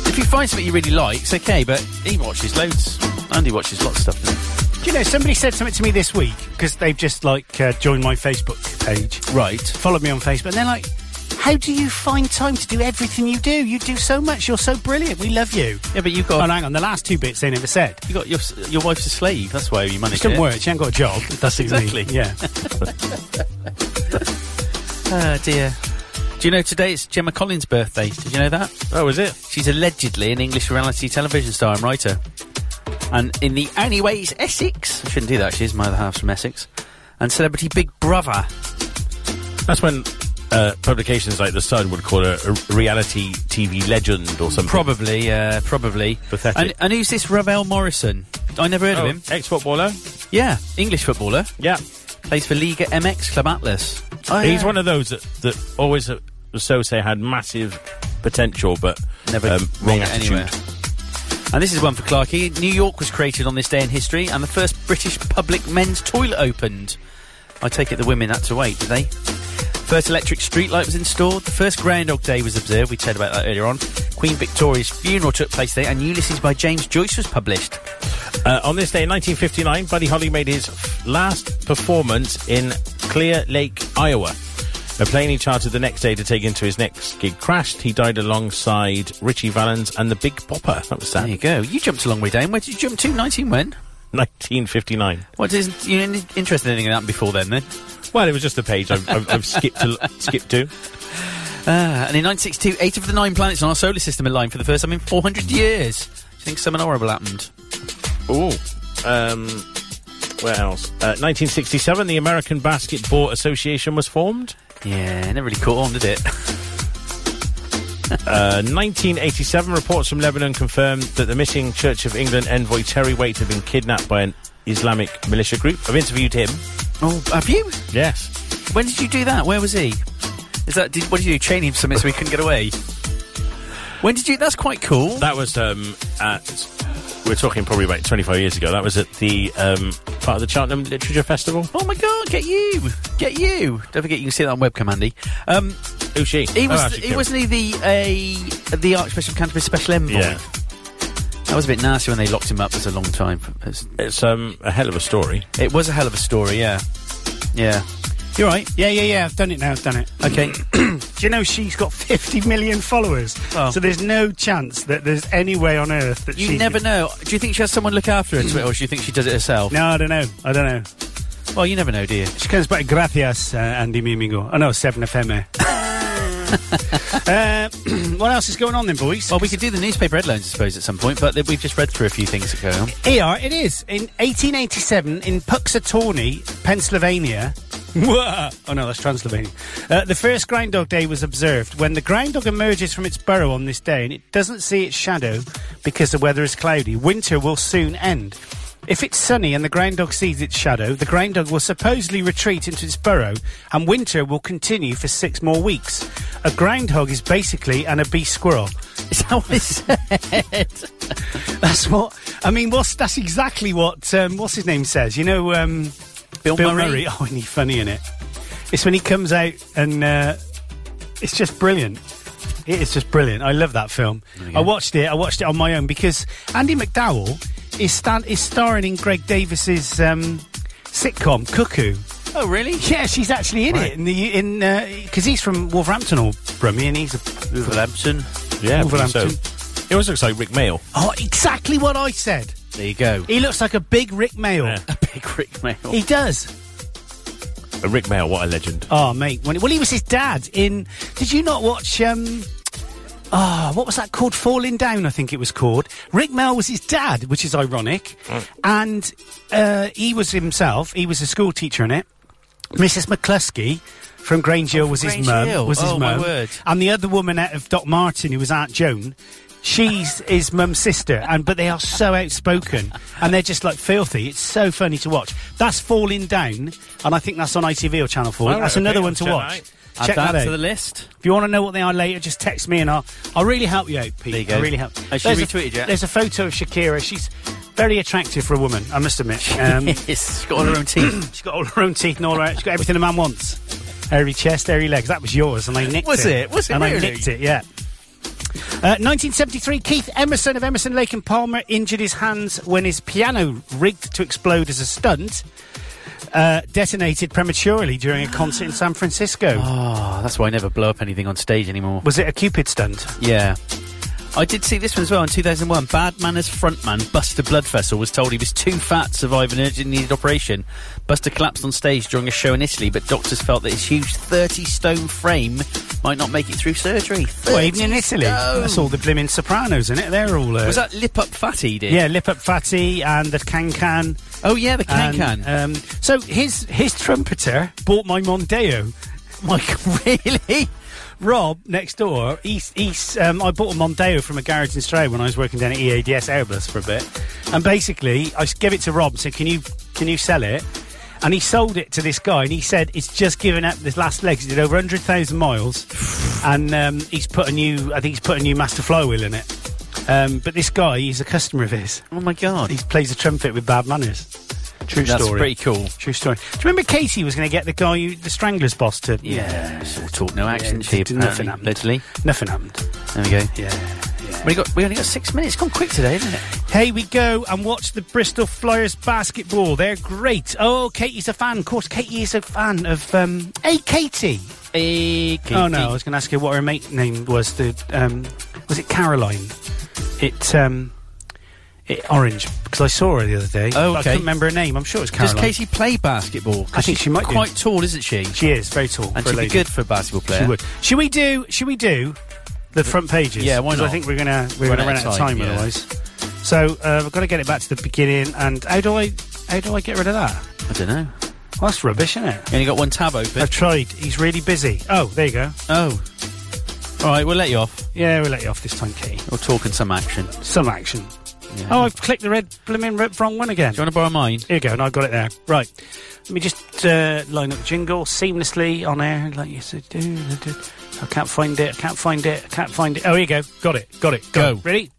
[SPEAKER 5] if you find something you really like, it's okay. But he watches loads. Andy watches lots of stuff. doesn't he?
[SPEAKER 4] Do you know somebody said something to me this week because they've just like uh, joined my Facebook page,
[SPEAKER 5] right?
[SPEAKER 4] Followed me on Facebook, and they're like, "How do you find time to do everything you do? You do so much. You're so brilliant. We love you."
[SPEAKER 5] Yeah, but you've got.
[SPEAKER 4] Oh, hang on. The last two bits they never said.
[SPEAKER 5] You got your your wife's a slave. That's why you manage.
[SPEAKER 4] She doesn't
[SPEAKER 5] it.
[SPEAKER 4] work. She ain't got a job. That's what you mean.
[SPEAKER 5] exactly.
[SPEAKER 4] Yeah.
[SPEAKER 5] oh dear. Do you know today it's Gemma Collins' birthday? Did you know that?
[SPEAKER 9] Oh, is it?
[SPEAKER 5] She's allegedly an English reality television star and writer. And in the Anyways Essex, I shouldn't do that. Actually, is my other half's from Essex, and Celebrity Big Brother.
[SPEAKER 9] That's when uh, publications like The Sun would call her a reality TV legend or something.
[SPEAKER 5] Probably, uh, probably.
[SPEAKER 9] Pathetic.
[SPEAKER 5] And, and who's this Ravel Morrison? I never heard
[SPEAKER 9] Oh,
[SPEAKER 5] of him.
[SPEAKER 9] Ex-footballer.
[SPEAKER 5] Yeah, English footballer.
[SPEAKER 9] Yeah,
[SPEAKER 5] plays for Liga MX Club Atlas. Oh,
[SPEAKER 9] He's
[SPEAKER 5] yeah.
[SPEAKER 9] one of those that, that always, uh, so say, had massive potential, but
[SPEAKER 5] Never
[SPEAKER 9] um,
[SPEAKER 5] made
[SPEAKER 9] wrong
[SPEAKER 5] it
[SPEAKER 9] attitude.
[SPEAKER 5] anywhere. And this is one for Clarky. New York was created on this day in history, and the first British public men's toilet opened. I take it the women had to wait, did they? First electric streetlight was installed. The first Groundhog Day was observed. We said about that earlier on. Queen Victoria's funeral took place there, and Ulysses by James Joyce was published.
[SPEAKER 9] Uh, on this day in 1959, Buddy Holly made his last performance in Clear Lake, Iowa. A plane he chartered the next day to take into his next gig crashed. He died alongside Richie Valens and the Big Popper. That was sad. There
[SPEAKER 5] you go. You jumped a long way down. Where did you jump to? 19 when?
[SPEAKER 9] 1959.
[SPEAKER 5] What is you in- interested in anything that before then? Then,
[SPEAKER 9] well, it was just the page I've, I've, I've skipped to, skipped to.
[SPEAKER 5] Uh, and in 1962, eight of the nine planets in our solar system aligned for the first time in 400 years. Do you think something horrible happened?
[SPEAKER 9] Oh, um, where else? Uh, 1967, the American Basketball Association was formed.
[SPEAKER 5] Yeah, never really caught on, did it?
[SPEAKER 9] Uh, 1987, reports from Lebanon confirmed that the missing Church of England envoy Terry Waite had been kidnapped by an Islamic militia group. I've interviewed him.
[SPEAKER 5] Oh, have you?
[SPEAKER 9] Yes.
[SPEAKER 5] When did you do that? Where was he? Is that did, what did you do? Chain him something so he couldn't get away? When did you? That's quite cool.
[SPEAKER 9] That was um, at. We're talking probably about 25 years ago. That was at the um, part of the Cheltenham Literature Festival.
[SPEAKER 5] Oh my god, get you, get you! Don't forget you can see that on webcam, Andy. Um,
[SPEAKER 9] Who's she?
[SPEAKER 5] He was.
[SPEAKER 9] Oh, actually,
[SPEAKER 5] he
[SPEAKER 9] Kim.
[SPEAKER 5] wasn't he the a the Archbishop of Canterbury special envoy?
[SPEAKER 9] Yeah.
[SPEAKER 5] That was a bit nasty when they locked him up. It was a long time. It's,
[SPEAKER 9] it's um a hell of a story.
[SPEAKER 5] It was a hell of a story. Yeah. Yeah. You're right.
[SPEAKER 4] Yeah, yeah, yeah. I've done it now. I've done it.
[SPEAKER 5] Okay.
[SPEAKER 4] Do you know she's got 50 million followers? So there's no chance that there's any way on earth that
[SPEAKER 5] Oh. You
[SPEAKER 4] she
[SPEAKER 5] never know. Do you think she has someone look after her to it, or do you think she does it herself?
[SPEAKER 4] No, I don't know. I don't know.
[SPEAKER 5] Well, you never know, do you?
[SPEAKER 4] She comes back, gracias, uh, Andy Mimingo. Oh, no, 7 FM. uh, what else is going on then, boys?
[SPEAKER 5] Well, we could do the newspaper headlines, I suppose, at some point, but th- we've just read through a few things that go on.
[SPEAKER 4] ER, it is. In 1887, in Puxatawney, Pennsylvania. Whoa. oh no, that's Transylvania. Uh, the first Groundhog Day was observed. When the groundhog emerges from its burrow on this day and it doesn't see its shadow because the weather is cloudy, winter will soon end. If it's sunny and the groundhog sees its shadow, the groundhog will supposedly retreat into its burrow and winter will continue for six more weeks. A groundhog is basically an obese squirrel.
[SPEAKER 5] Is that what it said?
[SPEAKER 4] That's what I mean. What's that's exactly what um, what's his name says. You know, um,
[SPEAKER 5] Bill Murray?
[SPEAKER 4] Oh, isn't he funny in it? It's when he comes out and uh, it's just brilliant. It is just brilliant. I love that film. I watched it. I watched it on my own because Andy McDowell is stan- is starring in Greg Davis's um, sitcom Cuckoo.
[SPEAKER 5] Oh, really?
[SPEAKER 4] Yeah, she's actually in
[SPEAKER 5] Right.
[SPEAKER 4] it in the in because he's from Wolverhampton or Brummie, and he's a
[SPEAKER 5] Wolverhampton.
[SPEAKER 9] Yeah, I believe so.
[SPEAKER 4] Wolverhampton.
[SPEAKER 9] It always looks like Rick Mail.
[SPEAKER 4] Oh, exactly what I said.
[SPEAKER 5] There you go.
[SPEAKER 4] He looks like a big Rick Mail.
[SPEAKER 5] A big Rick Mail.
[SPEAKER 4] He does.
[SPEAKER 9] Uh, Rick Mail, what a legend.
[SPEAKER 4] Oh, mate. When, well, he was his dad in. Did you not watch? um Ah, what was that called? Falling Down, I think it was called. Rick Mel was his dad, which is ironic, and uh, he was himself. He was a school teacher in it. Mrs. McCluskey from Grange Hill was his
[SPEAKER 5] Oh, Grange
[SPEAKER 4] mum.
[SPEAKER 5] Hill.
[SPEAKER 4] Was his
[SPEAKER 5] Oh, my
[SPEAKER 4] mum.
[SPEAKER 5] word.
[SPEAKER 4] And the other woman out of Doc Martin, who was Aunt Joan, She's his mum's sister, and but they are so outspoken, and they're just like filthy. It's so funny to watch. That's Falling Down, and I think that's on ITV or Channel Four.
[SPEAKER 5] All right,
[SPEAKER 4] that's another
[SPEAKER 5] okay,
[SPEAKER 4] one to
[SPEAKER 5] check
[SPEAKER 4] watch.
[SPEAKER 5] that out.
[SPEAKER 4] Check
[SPEAKER 5] Add
[SPEAKER 4] that,
[SPEAKER 5] that
[SPEAKER 4] out
[SPEAKER 5] to the list.
[SPEAKER 4] If you want to know what they are later, just text me, and I'll I'll really help you out, Pete.
[SPEAKER 5] There you go.
[SPEAKER 4] I really help.
[SPEAKER 5] Has she
[SPEAKER 4] There's a-
[SPEAKER 5] retweeted yet?
[SPEAKER 4] There's a photo of Shakira. She's very attractive for a woman. I must admit. Um,
[SPEAKER 5] Yes, she's got all her own teeth.
[SPEAKER 4] she's got all her own teeth and all her. She's got everything a man wants. Airy chest, airy legs. That was yours, and I nicked
[SPEAKER 5] Was
[SPEAKER 4] it.
[SPEAKER 5] it? Was it
[SPEAKER 4] And I
[SPEAKER 5] really?
[SPEAKER 4] nicked it. Yeah. Uh, 1973, Keith Emerson of Emerson, Lake and Palmer injured his hands when his piano, rigged to explode as a stunt, uh, detonated prematurely during a concert in San Francisco.
[SPEAKER 5] Oh, that's why I never blow up anything on stage anymore.
[SPEAKER 4] Was it a Cupid stunt?
[SPEAKER 5] Yeah. I did see this one as well in 2001. Bad Manners frontman Buster Bloodvessel was told he was too fat to survive an urgent needed operation. Buster collapsed on stage during a show in Italy, but doctors felt that his huge 30 stone frame might not make it through surgery.
[SPEAKER 4] Well, even in
[SPEAKER 5] 30
[SPEAKER 4] Italy.
[SPEAKER 5] stone.
[SPEAKER 4] That's all the blimmin' Sopranos in it. They're all. Uh,
[SPEAKER 5] was that Lip Up Fatty, did?
[SPEAKER 4] Yeah, Lip Up Fatty and the Can Can.
[SPEAKER 5] Oh yeah, the Can Can.
[SPEAKER 4] Um, so his his trumpeter bought my Mondeo. Like really, Rob next door. He's, he's, um, I bought a Mondeo from a garage in Stroud when I was working down at EADS Airbus for a bit, and basically I s- gave it to Rob and said, "Can you can you sell it?" And he sold it to this guy, and he said it's just given up this last legs. It did over hundred thousand miles, and um, he's put a new. I think he's put a new master flywheel in it. Um, but this guy, he's a customer of his.
[SPEAKER 5] Oh my god!
[SPEAKER 4] He plays the trumpet with bad manners. True
[SPEAKER 5] That's
[SPEAKER 4] story.
[SPEAKER 5] pretty cool.
[SPEAKER 4] True story. Do you remember Katie was going to get the guy, who, the Stranglers boss, to
[SPEAKER 5] Yeah, sort of talk no action.
[SPEAKER 4] Yeah,
[SPEAKER 5] she
[SPEAKER 4] did nothing
[SPEAKER 5] apparently,
[SPEAKER 4] happened.
[SPEAKER 5] allegedly.
[SPEAKER 4] Nothing happened.
[SPEAKER 5] There we go.
[SPEAKER 4] Yeah.
[SPEAKER 5] We got. We only got six minutes. It's gone quick today, isn't it?
[SPEAKER 4] Hey, we go and watch the Bristol Flyers basketball. They're great. Oh, Katie's a fan. Of course, Katie is a fan of. Um, hey, Katie.
[SPEAKER 5] Hey,
[SPEAKER 4] Oh no, I was going to ask you what her mate name was. The um, was it Caroline? It um, it orange because I saw her the other day.
[SPEAKER 5] Oh,
[SPEAKER 4] but I
[SPEAKER 5] okay.
[SPEAKER 4] couldn't remember her name. I'm sure it was Caroline.
[SPEAKER 5] Does Casey play basketball? 'Cause
[SPEAKER 4] I think
[SPEAKER 5] she's
[SPEAKER 4] she might do.
[SPEAKER 5] Quite tall, isn't she?
[SPEAKER 4] She is very tall.
[SPEAKER 5] and
[SPEAKER 4] for a
[SPEAKER 5] she'd be
[SPEAKER 4] lady.
[SPEAKER 5] good for a basketball player.
[SPEAKER 4] She would. Should we do? Should we do the front pages?
[SPEAKER 5] Yeah, why
[SPEAKER 4] 'Cause
[SPEAKER 5] not?
[SPEAKER 4] I think we're gonna we're gonna run out of time
[SPEAKER 5] yeah.
[SPEAKER 4] otherwise. So uh, we've got to get it back to the beginning. And how do I how do I get rid of that?
[SPEAKER 5] I don't know.
[SPEAKER 4] Well, that's rubbish, isn't it?
[SPEAKER 5] You only got one tab open.
[SPEAKER 4] I've tried. He's really busy. Oh, there you go.
[SPEAKER 5] Oh. All right, we'll let you off.
[SPEAKER 4] Yeah, we'll let you off this time, Katie.
[SPEAKER 5] We'll talk in some action.
[SPEAKER 4] Some action. Oh, I've clicked the red blimmin' red, wrong one again.
[SPEAKER 5] Do you want to borrow mine?
[SPEAKER 4] Here you go, and I've got it there. Right. Let me just uh, line up the jingle seamlessly on air, like you said. Do, do, do. I can't find it. I can't find it. I can't find it. Oh, here you go. Got it. Got it. Go. Ready?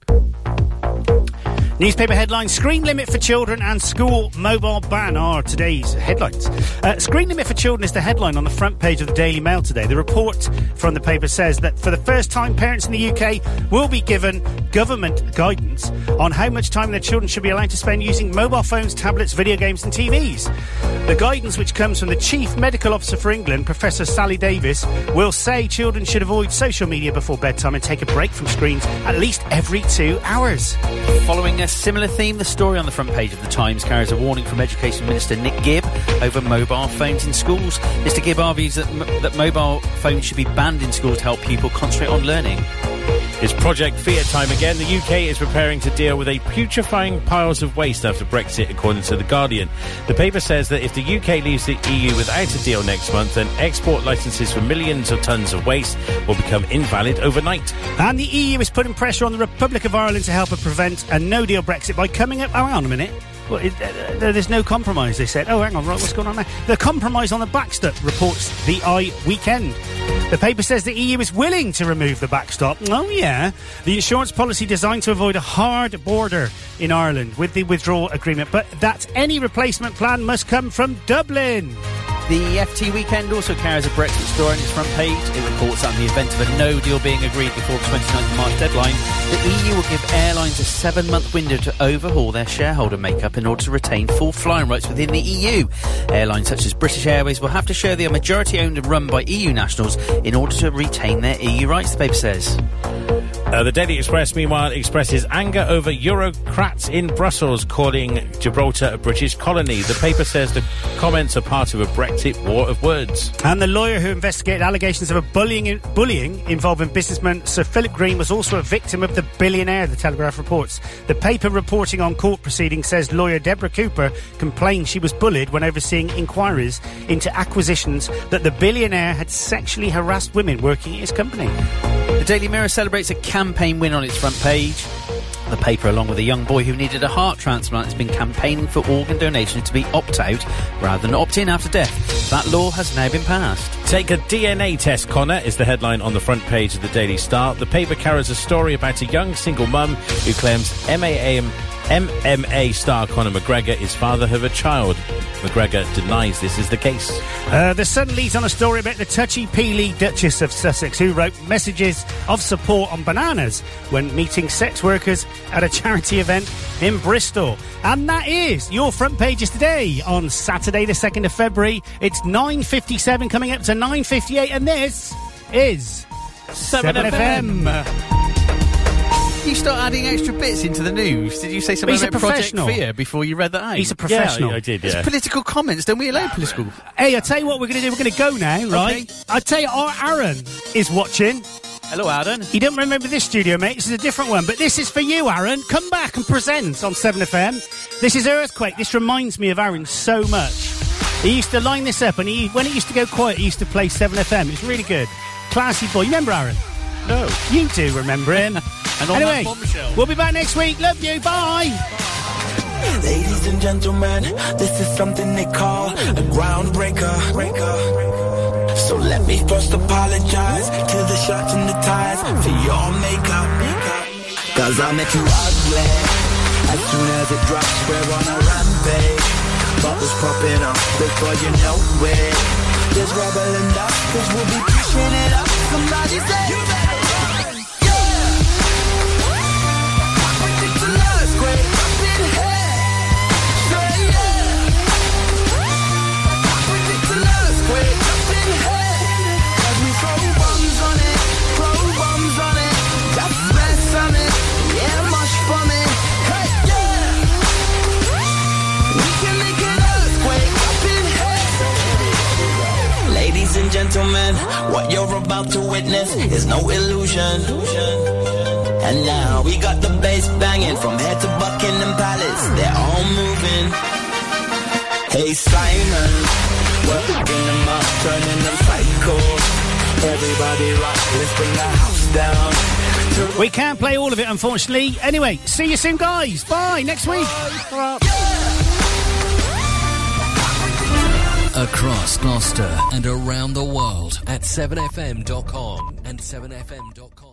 [SPEAKER 4] Newspaper headlines Screen limit for children and school mobile ban are today's headlines. Uh, screen limit for children is the headline on the front page of the Daily Mail today. The report from the paper says that for the first time, parents in the UK will be given government guidance on how much time their children should be allowed to spend using mobile phones, tablets, video games, and TVs. The guidance, which comes from the Chief Medical Officer for England, Professor Sally Davis, will say children should avoid social media before bedtime and take a break from screens at least every two hours.
[SPEAKER 5] Following a similar theme, the story on the front page of the Times carries a warning from Education Minister Nick Gibb over mobile phones in schools. Mr. Gibb argues that, m- that mobile phones should be banned in schools to help people concentrate on learning.
[SPEAKER 9] It's Project Fiat time again. The UK is preparing to deal with a putrefying piles of waste after Brexit, according to The Guardian. The paper says that if the UK leaves the EU without a deal next month, then export licenses for millions of tons of waste will become invalid overnight.
[SPEAKER 4] And the EU is putting pressure on the Republic of Ireland to help her prevent a no deal Brexit by coming up. Oh, hang on a minute. Well, it, uh, uh, there's no compromise, they said. Oh, hang on, right, what's going on there? The compromise on the backstop, reports the Eye Weekend. The paper says the EU is willing to remove the backstop. Oh, yeah. The insurance policy designed to avoid a hard border in Ireland with the withdrawal agreement, but that any replacement plan must come from Dublin.
[SPEAKER 5] The FT Weekend also carries a Brexit story on its front page. It reports that in the event of a no deal being agreed before the 29th of March deadline, the EU will give airlines a seven month window to overhaul their shareholder makeup in order to retain full flying rights within the EU. Airlines such as British Airways will have to show they are majority owned and run by EU nationals in order to retain their EU rights, the paper says.
[SPEAKER 9] Uh, the Daily Express, meanwhile, expresses anger over Eurocrats in Brussels calling Gibraltar a British colony. The paper says the comments are part of a Brexit war of words.
[SPEAKER 4] And the lawyer who investigated allegations of a bullying bullying involving businessman Sir Philip Green was also a victim of the billionaire, the Telegraph reports. The paper reporting on court proceedings says lawyer Deborah Cooper complained she was bullied when overseeing inquiries into acquisitions that the billionaire had sexually harassed women working at his company.
[SPEAKER 5] The Daily Mirror celebrates a campaign win on its front page. The paper, along with a young boy who needed a heart transplant, has been campaigning for organ donation to be opt out rather than opt in after death. That law has now been passed.
[SPEAKER 9] Take a DNA test, Connor, is the headline on the front page of the Daily Star. The paper carries a story about a young single mum who claims MAM, MMA star Conor McGregor is father of a child. McGregor denies this is the case.
[SPEAKER 4] Uh, the Sun leads on a story about the touchy-peely Duchess of Sussex, who wrote messages of support on bananas when meeting sex workers at a charity event in Bristol. And that is your front pages today on Saturday, the second of February. It's nine fifty-seven, coming up to nine fifty-eight, and this is
[SPEAKER 5] 7FM. You start adding extra bits into the news. Did you say something
[SPEAKER 4] He's a
[SPEAKER 5] about Project
[SPEAKER 4] professional.
[SPEAKER 5] Fear before you read that out?
[SPEAKER 4] He's a professional. Ah. Yeah, I did, yeah.
[SPEAKER 5] It's political comments. Don't we allow political?
[SPEAKER 4] Hey, I tell you what we're going to do. We're going to go now, right? I tell you, our Aaron is watching.
[SPEAKER 5] Hello, Aaron.
[SPEAKER 4] He didn't remember this studio, mate. This is a different one, but this is for you, Aaron. Come back and present on 7FM. This is Earthquake. This reminds me of Aaron so much. He used to line this up, and he, when it used to go quiet, he used to play 7FM. It's really good. Classy boy. You remember Aaron? No. You do remember him.
[SPEAKER 12] And on
[SPEAKER 4] anyway,
[SPEAKER 12] that bombshell.
[SPEAKER 4] we'll be back next week. Love you. Bye.
[SPEAKER 12] Ladies and gentlemen, this is something they call a groundbreaker. So let me first apologize to the shots and the ties for your makeup. Cause I make you ugly as soon as it drops. We're on a rampage. Bottles popping off before you know it. There's rubber and dust, cause we'll be pushing it up. Somebody say, you better run. Yeah. I predict an earthquake up in here. Ladies and Gentlemen, what you're about to witness is no illusion. And now we got the bass banging from head to Buckingham Palace. They're all moving. Hey Simon, working them up, turning them psycho. Everybody rock, let's bring the house down.
[SPEAKER 4] We can't play all of it, unfortunately. Anyway, see you soon, guys. Bye. Next week.
[SPEAKER 1] Across Gloucester and around the world at 7fm.com and 7fm.com.